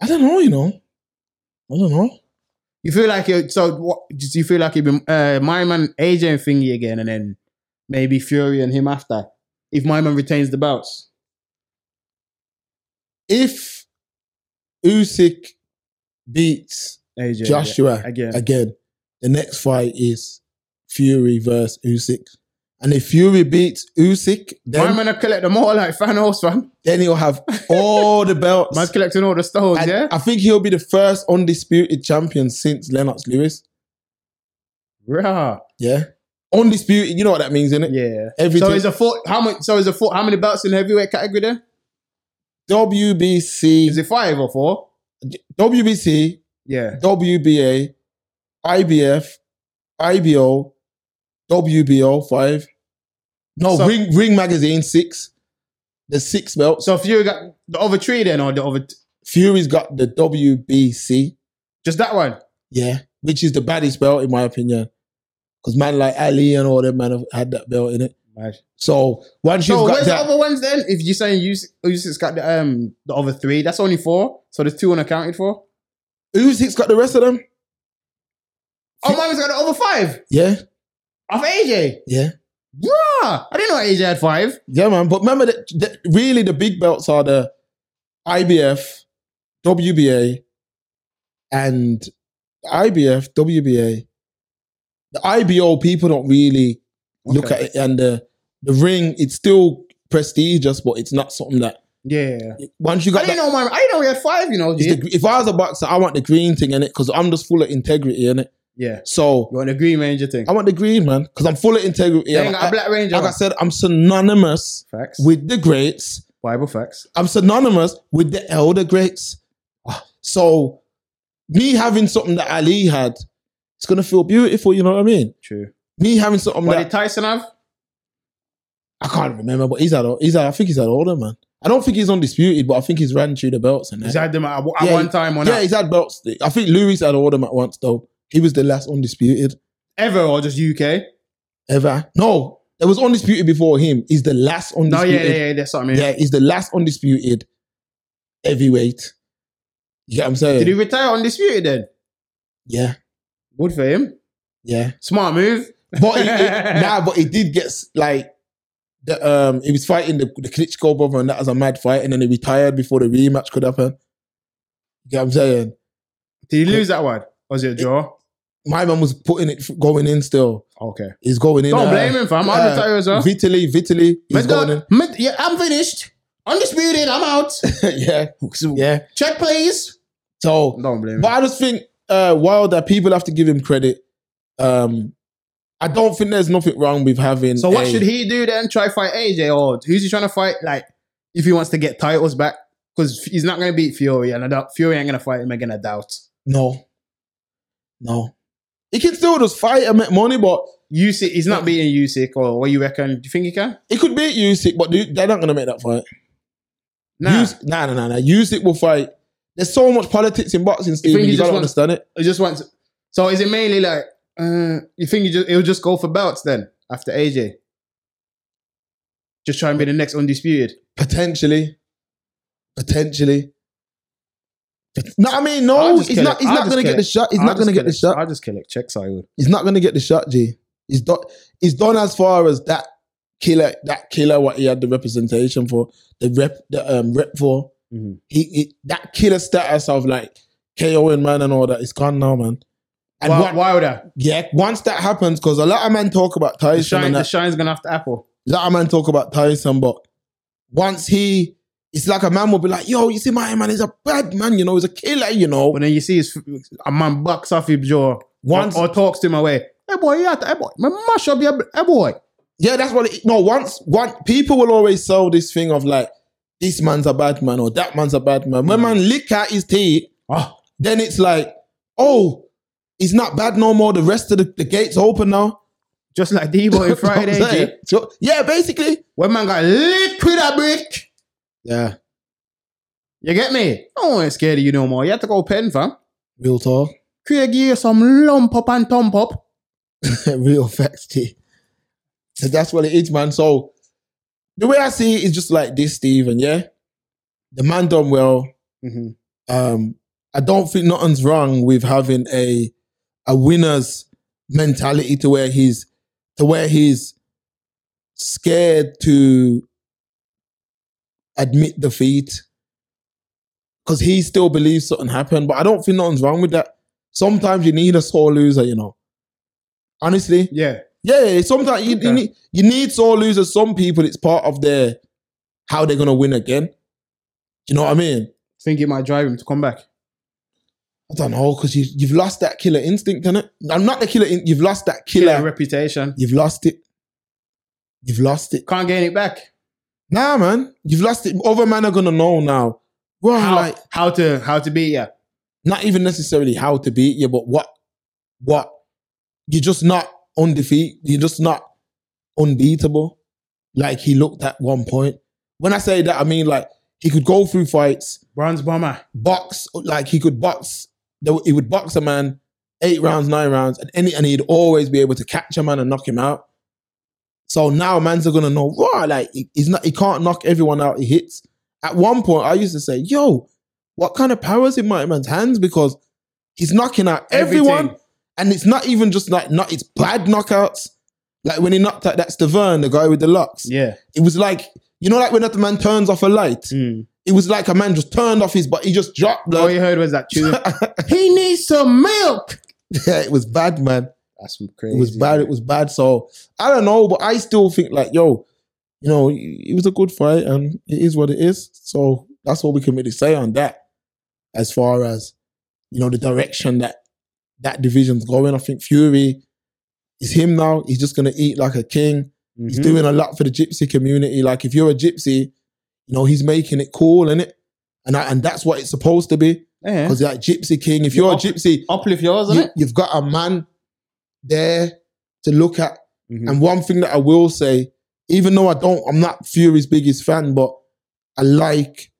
[SPEAKER 3] I don't know, you know. I don't know.
[SPEAKER 4] You feel like you so what? Do you feel like you would be uh, my man AJ and thingy again, and then maybe Fury and him after if my man retains the belts?
[SPEAKER 3] If Usyk beats
[SPEAKER 4] AJ yeah.
[SPEAKER 3] Joshua
[SPEAKER 4] again.
[SPEAKER 3] Again, the next fight is Fury versus Usyk, and if Fury beats Usyk,
[SPEAKER 4] My
[SPEAKER 3] then,
[SPEAKER 4] man will collect them all like Thanos, fam.
[SPEAKER 3] then he'll have all the
[SPEAKER 4] [laughs]
[SPEAKER 3] belts.
[SPEAKER 4] Man's collecting all the stones,
[SPEAKER 3] And
[SPEAKER 4] yeah.
[SPEAKER 3] I think he'll be the first undisputed champion since Lennox Lewis.
[SPEAKER 4] Rah.
[SPEAKER 3] Yeah, undisputed. You know what that means, innit?
[SPEAKER 4] Yeah.
[SPEAKER 3] Everything.
[SPEAKER 4] So is a four? How much? So is a four? How many belts in the heavyweight category? Then
[SPEAKER 3] WBC,
[SPEAKER 4] is it five or four?
[SPEAKER 3] WBC,
[SPEAKER 4] Yeah.
[SPEAKER 3] WBA, IBF, IBO, WBO five. No,
[SPEAKER 4] So-
[SPEAKER 3] Ring Ring Magazine six. The six belts.
[SPEAKER 4] So Fury got the other three then, or the other t-
[SPEAKER 3] Fury's got the WBC,
[SPEAKER 4] just that one.
[SPEAKER 3] yeah, which is the baddest belt in my opinion. Because man like Ali and all them man have had that belt in it. So once
[SPEAKER 4] So
[SPEAKER 3] you've got
[SPEAKER 4] where's the
[SPEAKER 3] that,
[SPEAKER 4] other ones then? If you're saying Us- Usyk's got the um the other three, that's only four. So there's two unaccounted for.
[SPEAKER 3] Usyk's got the rest of them.
[SPEAKER 4] Oh, mine has got the other five
[SPEAKER 3] Yeah,
[SPEAKER 4] of AJ.
[SPEAKER 3] yeah,
[SPEAKER 4] Bruh, I didn't know AJ had five.
[SPEAKER 3] yeah, man. But remember that, that really the big belts are the IBF, WBA, and IBF, WBA. The IBO people don't really look at
[SPEAKER 4] Okay.
[SPEAKER 3] it, and the the ring it's still prestigious, but it's not something that
[SPEAKER 4] Yeah.
[SPEAKER 3] once you
[SPEAKER 4] I
[SPEAKER 3] got that
[SPEAKER 4] didn't know my. I didn't know we had five. You know.
[SPEAKER 3] It's
[SPEAKER 4] Yeah.
[SPEAKER 3] the- if I was a boxer, I want the green thing in it because I'm just full of integrity in it.
[SPEAKER 4] yeah.
[SPEAKER 3] So
[SPEAKER 4] You want the Green Ranger thing?
[SPEAKER 3] I want the green man because I'm full of integrity.
[SPEAKER 4] Yeah,
[SPEAKER 3] And
[SPEAKER 4] got a
[SPEAKER 3] Oh, I-
[SPEAKER 4] Black Ranger.
[SPEAKER 3] like I said, I'm synonymous
[SPEAKER 4] facts.
[SPEAKER 3] with the greats.
[SPEAKER 4] Bible facts.
[SPEAKER 3] I'm synonymous with the elder greats. Ah, So me having something that Ali had, it's gonna feel beautiful. You know what I mean?
[SPEAKER 4] True.
[SPEAKER 3] Me having something
[SPEAKER 4] What
[SPEAKER 3] that
[SPEAKER 4] did Tyson have?
[SPEAKER 3] I can't remember, but he's had. all- He's had. I think he's had older man. I don't think he's undisputed, but I think he's ran through the belts and that.
[SPEAKER 4] He's had them at, at
[SPEAKER 3] Yeah,
[SPEAKER 4] one time or
[SPEAKER 3] yeah,
[SPEAKER 4] not.
[SPEAKER 3] he's had belts. I think Louis had all them at once though. He was the last undisputed.
[SPEAKER 4] Ever or just UK?
[SPEAKER 3] ever. No, there was undisputed before him. He's the last
[SPEAKER 4] No, yeah,
[SPEAKER 3] undisputed.
[SPEAKER 4] yeah, yeah, that's what I mean.
[SPEAKER 3] Yeah, he's the last undisputed heavyweight. You get what I'm saying?
[SPEAKER 4] Did he retire undisputed then?
[SPEAKER 3] yeah,
[SPEAKER 4] Good for him.
[SPEAKER 3] yeah.
[SPEAKER 4] Smart move.
[SPEAKER 3] But he, it, nah, but he did get s- like the um he was fighting the, the Klitschko brother, and that was a mad fight, and then he retired before the rematch could happen. You get what I'm saying?
[SPEAKER 4] Did he lose that one? Or Was it a draw?
[SPEAKER 3] My man was putting it f- going in still.
[SPEAKER 4] Okay.
[SPEAKER 3] He's going in.
[SPEAKER 4] Don't
[SPEAKER 3] uh,
[SPEAKER 4] blame him, fam. I'll
[SPEAKER 3] uh,
[SPEAKER 4] retire as well.
[SPEAKER 3] Vitali, Vitali, he's
[SPEAKER 4] Mid-
[SPEAKER 3] going in. [laughs]
[SPEAKER 4] mid- yeah, I'm finished. Undisputed. I'm [laughs] out.
[SPEAKER 3] yeah, yeah.
[SPEAKER 4] Check, please.
[SPEAKER 3] So
[SPEAKER 4] Don't blame him.
[SPEAKER 3] But I just think uh, Wilder, people have to give him credit. Um, I don't think there's nothing wrong with having.
[SPEAKER 4] So what
[SPEAKER 3] a-
[SPEAKER 4] should he do then? Try fight AJ or who's he trying to fight? Like, if he wants to get titles back, because he's not going to beat Fury, and I doubt Fury ain't going to fight him again. I doubt.
[SPEAKER 3] No, no, he can still just fight and make money, but
[SPEAKER 4] Usyk, he's not beating Usyk, or what you reckon? Do you think he can?
[SPEAKER 3] he could beat Usyk. But dude, they're not gonna make that fight.
[SPEAKER 4] Nah.
[SPEAKER 3] Us- nah, nah, nah, nah. Usyk will fight. There's so much politics in boxing, Steve.
[SPEAKER 4] he
[SPEAKER 3] You,
[SPEAKER 4] just
[SPEAKER 3] gotta
[SPEAKER 4] wants-
[SPEAKER 3] understand it.
[SPEAKER 4] I just want. To, so is it mainly like uh, you think you just he'll just go for belts then after AJ? Just try and be the next undisputed.
[SPEAKER 3] Potentially, potentially. Pot- No, I mean, no,
[SPEAKER 4] I'll just
[SPEAKER 3] he's
[SPEAKER 4] kill
[SPEAKER 3] not.
[SPEAKER 4] it.
[SPEAKER 3] He's
[SPEAKER 4] I'll
[SPEAKER 3] not
[SPEAKER 4] just
[SPEAKER 3] gonna
[SPEAKER 4] kill
[SPEAKER 3] get the
[SPEAKER 4] it.
[SPEAKER 3] shot. He's
[SPEAKER 4] I'll
[SPEAKER 3] not gonna
[SPEAKER 4] just
[SPEAKER 3] get the
[SPEAKER 4] collect-
[SPEAKER 3] shot.
[SPEAKER 4] I'll just collect checks. I would.
[SPEAKER 3] He's not going to get the shot, G. He's done. He's done as far as that killer, that killer, what he had the representation for, the rep, the um, rep for.
[SPEAKER 4] Mhm.
[SPEAKER 3] He, he that killer status of like KO and man and all that is gone now, man. And
[SPEAKER 4] Wi-
[SPEAKER 3] what-
[SPEAKER 4] Wilder.
[SPEAKER 3] yeah, once that happens, because a lot of men talk about
[SPEAKER 4] The
[SPEAKER 3] Tyson,
[SPEAKER 4] shine,
[SPEAKER 3] and
[SPEAKER 4] the
[SPEAKER 3] that,
[SPEAKER 4] shine's gone after Apple.
[SPEAKER 3] a lot of men talk about Tyson, but once he, it's like a man will be like, "Yo, you see my man? He's a bad man, you know. He's a killer, you know."
[SPEAKER 4] But then you see his a man bucks off his jaw
[SPEAKER 3] Once-
[SPEAKER 4] or, or talks to him away. Hey boy, yeah, hey boy, man, mash up your hey boy.
[SPEAKER 3] Yeah, that's what. It, no, once one people will always sell this thing of like, this man's a bad man or that man's a bad man.
[SPEAKER 4] Mm.
[SPEAKER 3] When man lick out his teeth,
[SPEAKER 4] Oh,
[SPEAKER 3] then it's like, oh, he's not bad no more. The rest of the, the gates open now.
[SPEAKER 4] just
[SPEAKER 3] [laughs]
[SPEAKER 4] like Debo in
[SPEAKER 3] You know what I'm
[SPEAKER 4] Friday,
[SPEAKER 3] saying?
[SPEAKER 4] G.
[SPEAKER 3] So- yeah, basically.
[SPEAKER 4] When man got liquid a brick.
[SPEAKER 3] Yeah,
[SPEAKER 4] You get me? I ain't scared of you no more. You have to go pen, fam.
[SPEAKER 3] real talk,
[SPEAKER 4] Could give you some lump up and thump up?
[SPEAKER 3] real facts. T. So that's what it is, man. So the way I see it is just like this, Steven. Yeah, the man done well.
[SPEAKER 4] Mhm.
[SPEAKER 3] um, I don't think nothing's wrong with having a a winner's mentality to where he's to where he's scared to admit defeat because he still believes something happened. But I don't think nothing's wrong with that. Sometimes you need a sore loser, you know. Honestly,
[SPEAKER 4] Yeah.
[SPEAKER 3] yeah, yeah, sometimes you,
[SPEAKER 4] Okay.
[SPEAKER 3] you need you need sore losers. Some people, it's part of their how they're gonna win again. Do you know what I mean?
[SPEAKER 4] Think it might drive him to come back.
[SPEAKER 3] I don't know because you you've lost that killer instinct, innit? I'm not the killer. In- you've lost that killer.
[SPEAKER 4] Killer reputation.
[SPEAKER 3] you've lost it. You've lost it.
[SPEAKER 4] Can't gain it back.
[SPEAKER 3] Nah, man, you've lost it. Other men are gonna know now. Well,
[SPEAKER 4] How,
[SPEAKER 3] like
[SPEAKER 4] how to how to beat you.
[SPEAKER 3] not even necessarily how to beat you, but what, what, you're just not undefeated. You're just not unbeatable. Like he looked at one point. When I say that, I mean like he could go through fights.
[SPEAKER 4] Bronze bomber.
[SPEAKER 3] box like he could box there w- he would box a man eight rounds nine rounds and any and he'd always be able to catch a man and knock him out so now man's are gonna know right like he- he's not he can't knock everyone out he hits at one point i used to say yo what kind of powers in my man's hands because he's knocking out everyone
[SPEAKER 4] Everything.
[SPEAKER 3] and it's not even just like not it's bad knockouts like when he knocked out that Stavern, the guy with the locks
[SPEAKER 4] Yeah.
[SPEAKER 3] it was like you know like when that man turns off a light
[SPEAKER 4] Mm.
[SPEAKER 3] it was like a man just turned off his but he just dropped blood
[SPEAKER 4] All you heard was that tune. [laughs] he needs some milk.
[SPEAKER 3] yeah, [laughs] it was bad, man.
[SPEAKER 4] That's
[SPEAKER 3] It
[SPEAKER 4] crazy.
[SPEAKER 3] was bad. It was bad. So I don't know, but I still think like, yo, you know, it was a good fight, and it is what it is. So that's what we can really say on that. As far as you know, the direction that that division's going, I think Fury is him now. He's just gonna eat like a king. He's
[SPEAKER 4] Mhm.
[SPEAKER 3] doing a lot for the gypsy community. Like if you're a gypsy, you know, he's making it cool, and it, and I, and that's what it's supposed to be.
[SPEAKER 4] Yeah.
[SPEAKER 3] Because like gypsy king, if you're a
[SPEAKER 4] Up-
[SPEAKER 3] gypsy,
[SPEAKER 4] Uplift yours,
[SPEAKER 3] you,
[SPEAKER 4] isn't it?
[SPEAKER 3] have got a man there to look at.
[SPEAKER 4] Mhm.
[SPEAKER 3] And one thing that I will say, even though I don't, I'm not Fury's biggest fan, but I like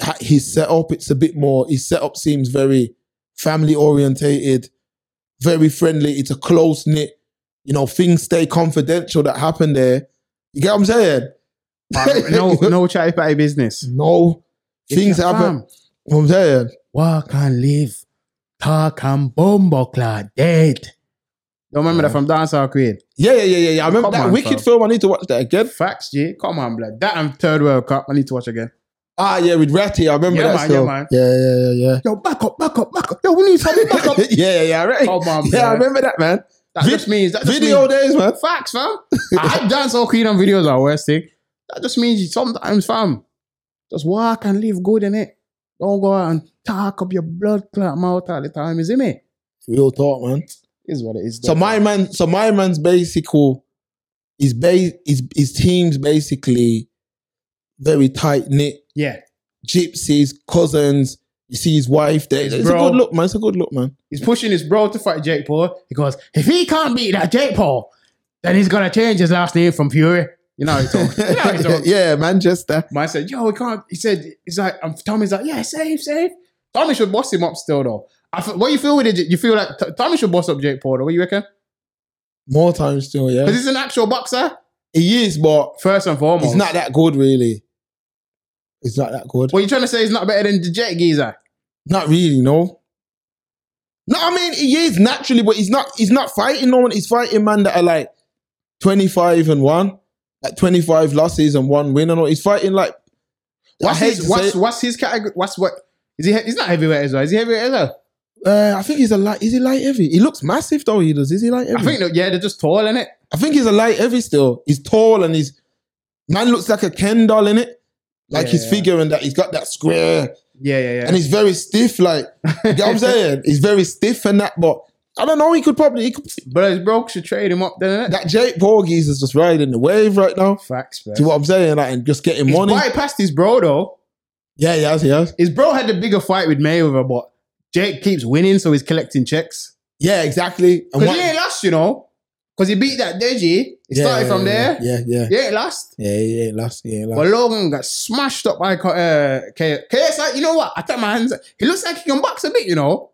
[SPEAKER 3] ha- his setup. It's a bit more. His setup seems very family orientated, very friendly. It's a close knit. You know, things stay confidential that happen there. You get what I'm saying?
[SPEAKER 4] Uh,
[SPEAKER 3] [laughs]
[SPEAKER 4] no no chatty patty business.
[SPEAKER 3] no. Things
[SPEAKER 4] It's your
[SPEAKER 3] happen.
[SPEAKER 4] fam.
[SPEAKER 3] You know what I'm saying.
[SPEAKER 4] Walk and live. Talk and bumbo clad dead. Don't remember that from Dancehall Queen.
[SPEAKER 3] Yeah, yeah, yeah, yeah, yeah. I remember
[SPEAKER 4] Come
[SPEAKER 3] that
[SPEAKER 4] on,
[SPEAKER 3] wicked
[SPEAKER 4] fam.
[SPEAKER 3] film. I need to watch that again.
[SPEAKER 4] Facts, G. Come on, blood. That and Third World Cup. I need to watch again.
[SPEAKER 3] Ah, yeah, with Ratty. I remember
[SPEAKER 4] Yeah,
[SPEAKER 3] that
[SPEAKER 4] man,
[SPEAKER 3] still.
[SPEAKER 4] yeah, man.
[SPEAKER 3] yeah, yeah, yeah,
[SPEAKER 4] Yo, back up, back up, back up. Yo, we need something back
[SPEAKER 3] [laughs]
[SPEAKER 4] up.
[SPEAKER 3] yeah. yeah, yeah, yeah. Right.
[SPEAKER 4] Come on,
[SPEAKER 3] yeah, I
[SPEAKER 4] man.
[SPEAKER 3] remember that, man.
[SPEAKER 4] That
[SPEAKER 3] Vid-
[SPEAKER 4] just means that just
[SPEAKER 3] Video
[SPEAKER 4] means,
[SPEAKER 3] days, man.
[SPEAKER 4] facts, [laughs] fam. I dance all queen on videos are worst thing. That just means you sometimes, fam, just walk and live good in it. Don't go out and talk up your blood clot mouth all the time, is it me?
[SPEAKER 3] Real talk, man.
[SPEAKER 4] Is what it is.
[SPEAKER 3] So
[SPEAKER 4] though.
[SPEAKER 3] my man, so my man's basically his base, his his team's basically very tight knit.
[SPEAKER 4] yeah,
[SPEAKER 3] Gypsies, cousins. You see his wife there. It's, a
[SPEAKER 4] bro.
[SPEAKER 3] good look, man. It's a good look, man.
[SPEAKER 4] he's pushing his bro to fight Jake Paul because if he can't beat that Jake Paul, then he's gonna change his last name from Fury. You know how he [laughs] talks. You know how he
[SPEAKER 3] [laughs]
[SPEAKER 4] talks.
[SPEAKER 3] yeah, Manchester.
[SPEAKER 4] Man said, "Yo, we can't." He said, "He's like." Um, Tommy's like, "Yeah, safe, safe." Tommy should boss him up still though. I f- what you feel with it? You feel like T- Tommy should boss up Jake Paul. Though, what you reckon?
[SPEAKER 3] More times still,
[SPEAKER 4] Because
[SPEAKER 3] yeah.
[SPEAKER 4] he's an actual boxer
[SPEAKER 3] He is, but
[SPEAKER 4] first and foremost.
[SPEAKER 3] he's not that good, really. He's not that good.
[SPEAKER 4] What you trying to say? He's not better than the Jake geezer.
[SPEAKER 3] Not really, no. No, I mean he is naturally, but he's not. He's not fighting no one. He's fighting man that are like twenty five and one, like twenty five losses and one win, and all. He's fighting like
[SPEAKER 4] What's
[SPEAKER 3] I hate
[SPEAKER 4] his
[SPEAKER 3] to
[SPEAKER 4] what's,
[SPEAKER 3] say-
[SPEAKER 4] what's his category? What's what? Is he? he- He's not heavyweight as well. Is he heavyweight as well?
[SPEAKER 3] Uh, I think he's a light. Is he light heavy? He looks massive though. He does. Is he light heavy?
[SPEAKER 4] I think that- yeah, they're just tall in it.
[SPEAKER 3] I think he's a light heavy still. He's tall and he's man looks like a Ken doll in it. Like his
[SPEAKER 4] Yeah.
[SPEAKER 3] figure and that he's got that square
[SPEAKER 4] Yeah, yeah, yeah.
[SPEAKER 3] and he's very stiff. Like you know what I'm
[SPEAKER 4] [laughs]
[SPEAKER 3] saying, he's very stiff and that. But I don't know. He could probably he could,
[SPEAKER 4] but his broke should trade him up, then. innit?
[SPEAKER 3] that Jake Paul geezer's just riding the wave right now.
[SPEAKER 4] Facts, man.
[SPEAKER 3] See what I'm saying? Like and just getting
[SPEAKER 4] He's
[SPEAKER 3] money.
[SPEAKER 4] bypassed his bro though.
[SPEAKER 3] Yeah, he has. He has.
[SPEAKER 4] His bro had the bigger fight with Mayweather, but Jake keeps winning, so he's collecting checks.
[SPEAKER 3] Yeah, exactly. And
[SPEAKER 4] Because
[SPEAKER 3] what-
[SPEAKER 4] he ain't lost, you know. Because he beat that Deji. He
[SPEAKER 3] Yeah,
[SPEAKER 4] started
[SPEAKER 3] yeah,
[SPEAKER 4] from
[SPEAKER 3] yeah,
[SPEAKER 4] there.
[SPEAKER 3] Yeah, yeah.
[SPEAKER 4] He ain't lost.
[SPEAKER 3] Yeah, yeah, yeah, last, yeah, last.
[SPEAKER 4] But Logan got smashed up by K- uh, K- KSI. You know what? I took my hands. He looks like he can box a bit, you know.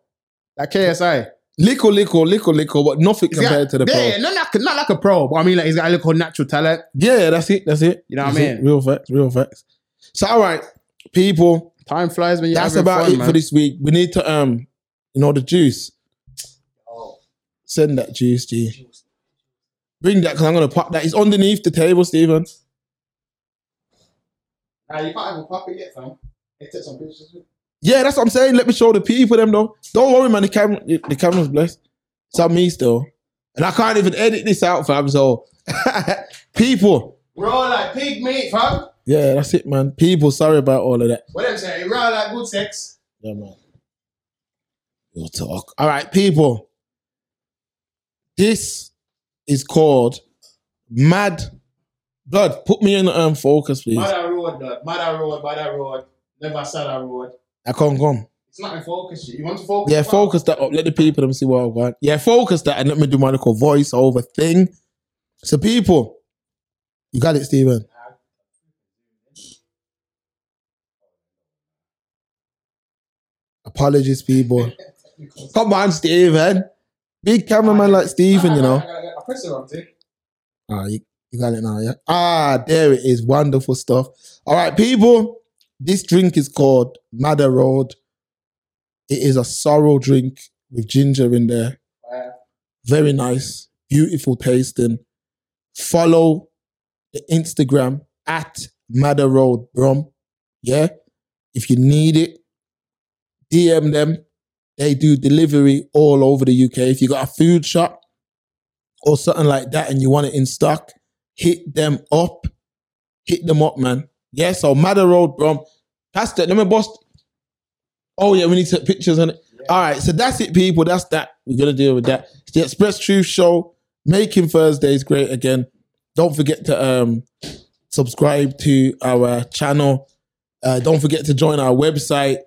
[SPEAKER 4] Like KSI.
[SPEAKER 3] Lickle, lickle, lickle, lickle, but nothing
[SPEAKER 4] He's
[SPEAKER 3] compared
[SPEAKER 4] got-
[SPEAKER 3] to the
[SPEAKER 4] yeah,
[SPEAKER 3] pro.
[SPEAKER 4] not like, not like a pro, but I mean, like he's got a little natural talent.
[SPEAKER 3] Yeah, that's it, that's it.
[SPEAKER 4] You know what I
[SPEAKER 3] That's it.
[SPEAKER 4] mean?
[SPEAKER 3] Real facts, real facts. So, all right, people,
[SPEAKER 4] Time flies when you're
[SPEAKER 3] that's
[SPEAKER 4] having
[SPEAKER 3] about
[SPEAKER 4] fun,
[SPEAKER 3] it
[SPEAKER 4] man.
[SPEAKER 3] for this week. We need to, um, you know, the juice. Send that juice, G. Bring that because I'm gonna pop that. It's underneath the table, Stephen.
[SPEAKER 4] Nah, you can't even pop it yet, fam. It took some pictures.
[SPEAKER 3] Yeah, that's what I'm saying. Let me show the people them though. Don't worry, man. The camera, the, the camera's blessed. It's on me still, and I can't even edit this out, fam. So, [laughs] people,
[SPEAKER 4] We're all like pig meat, fam.
[SPEAKER 3] yeah, that's it, man. People, sorry about all of that.
[SPEAKER 4] What I'm saying, we're all like good sex.
[SPEAKER 3] Yeah, man. We'll talk. All right, people. This is called Mad Blood. Put me in the um, focus, please.
[SPEAKER 4] Mother Road, dog. Mother Road, Mother Road. Never Sada Road.
[SPEAKER 3] I can't come.
[SPEAKER 4] It's not in focus. shit. You want to focus?
[SPEAKER 3] Yeah, focus that up. Let the people them see what I want. Yeah, focus that and let me do my little voiceover thing. So, people, you got it, Stephen. Apologies, people. [laughs] Come on, Stephen. Big cameraman like Stephen, you know.
[SPEAKER 4] I pressed the wrong thing.
[SPEAKER 3] Ah, you, you got it now, yeah? Ah, there it is. Wonderful stuff. All right, people, this drink is called Madder Road. It is a sorrel drink with ginger in there.
[SPEAKER 4] Wow.
[SPEAKER 3] Very nice, beautiful tasting. Follow the Instagram at Madder Road Brom. Yeah? If you need it, DM them. They do delivery all over the UK. If you got a food shop, or something like that and you want it in stock, hit them up. Hit them up, man. Yeah, so Madder Road, bro. That's that. Let me bust. Oh, yeah, we need to take pictures on it. All right, so that's it, people. That's that. We're going to deal with that. It's the Express Truth Show, making Thursdays great again. Don't forget to um, subscribe to our channel. Uh, don't forget to join our website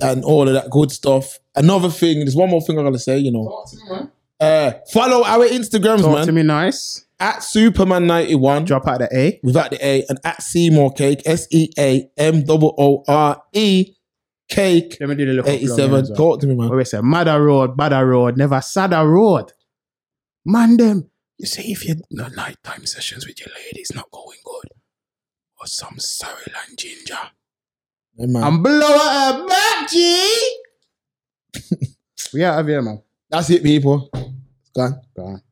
[SPEAKER 3] and all of that good stuff. Another thing, there's one more thing I'm going to say, you know.
[SPEAKER 4] Talk to me, man.
[SPEAKER 3] Uh, follow our Instagrams,
[SPEAKER 4] Talk
[SPEAKER 3] man
[SPEAKER 4] to me nice.
[SPEAKER 3] at Superman91
[SPEAKER 4] Drop out the A.
[SPEAKER 3] without the A and at Seymour Cake, S E A M O O R E Cake
[SPEAKER 4] Let me do the little
[SPEAKER 3] 87.
[SPEAKER 4] Well.
[SPEAKER 3] Talk to me, man.
[SPEAKER 4] Wait, say Mother Road, Bada Road, Never Sada Road. Man, them. You see, if you no nighttime sessions with your lady, it's not going good.
[SPEAKER 3] Oh,
[SPEAKER 4] Or some sorry and ginger.
[SPEAKER 3] Yeah, man.
[SPEAKER 4] And blow her back, G. [laughs] we out of here, man.
[SPEAKER 3] That's it, people. It's gone.
[SPEAKER 4] Gone.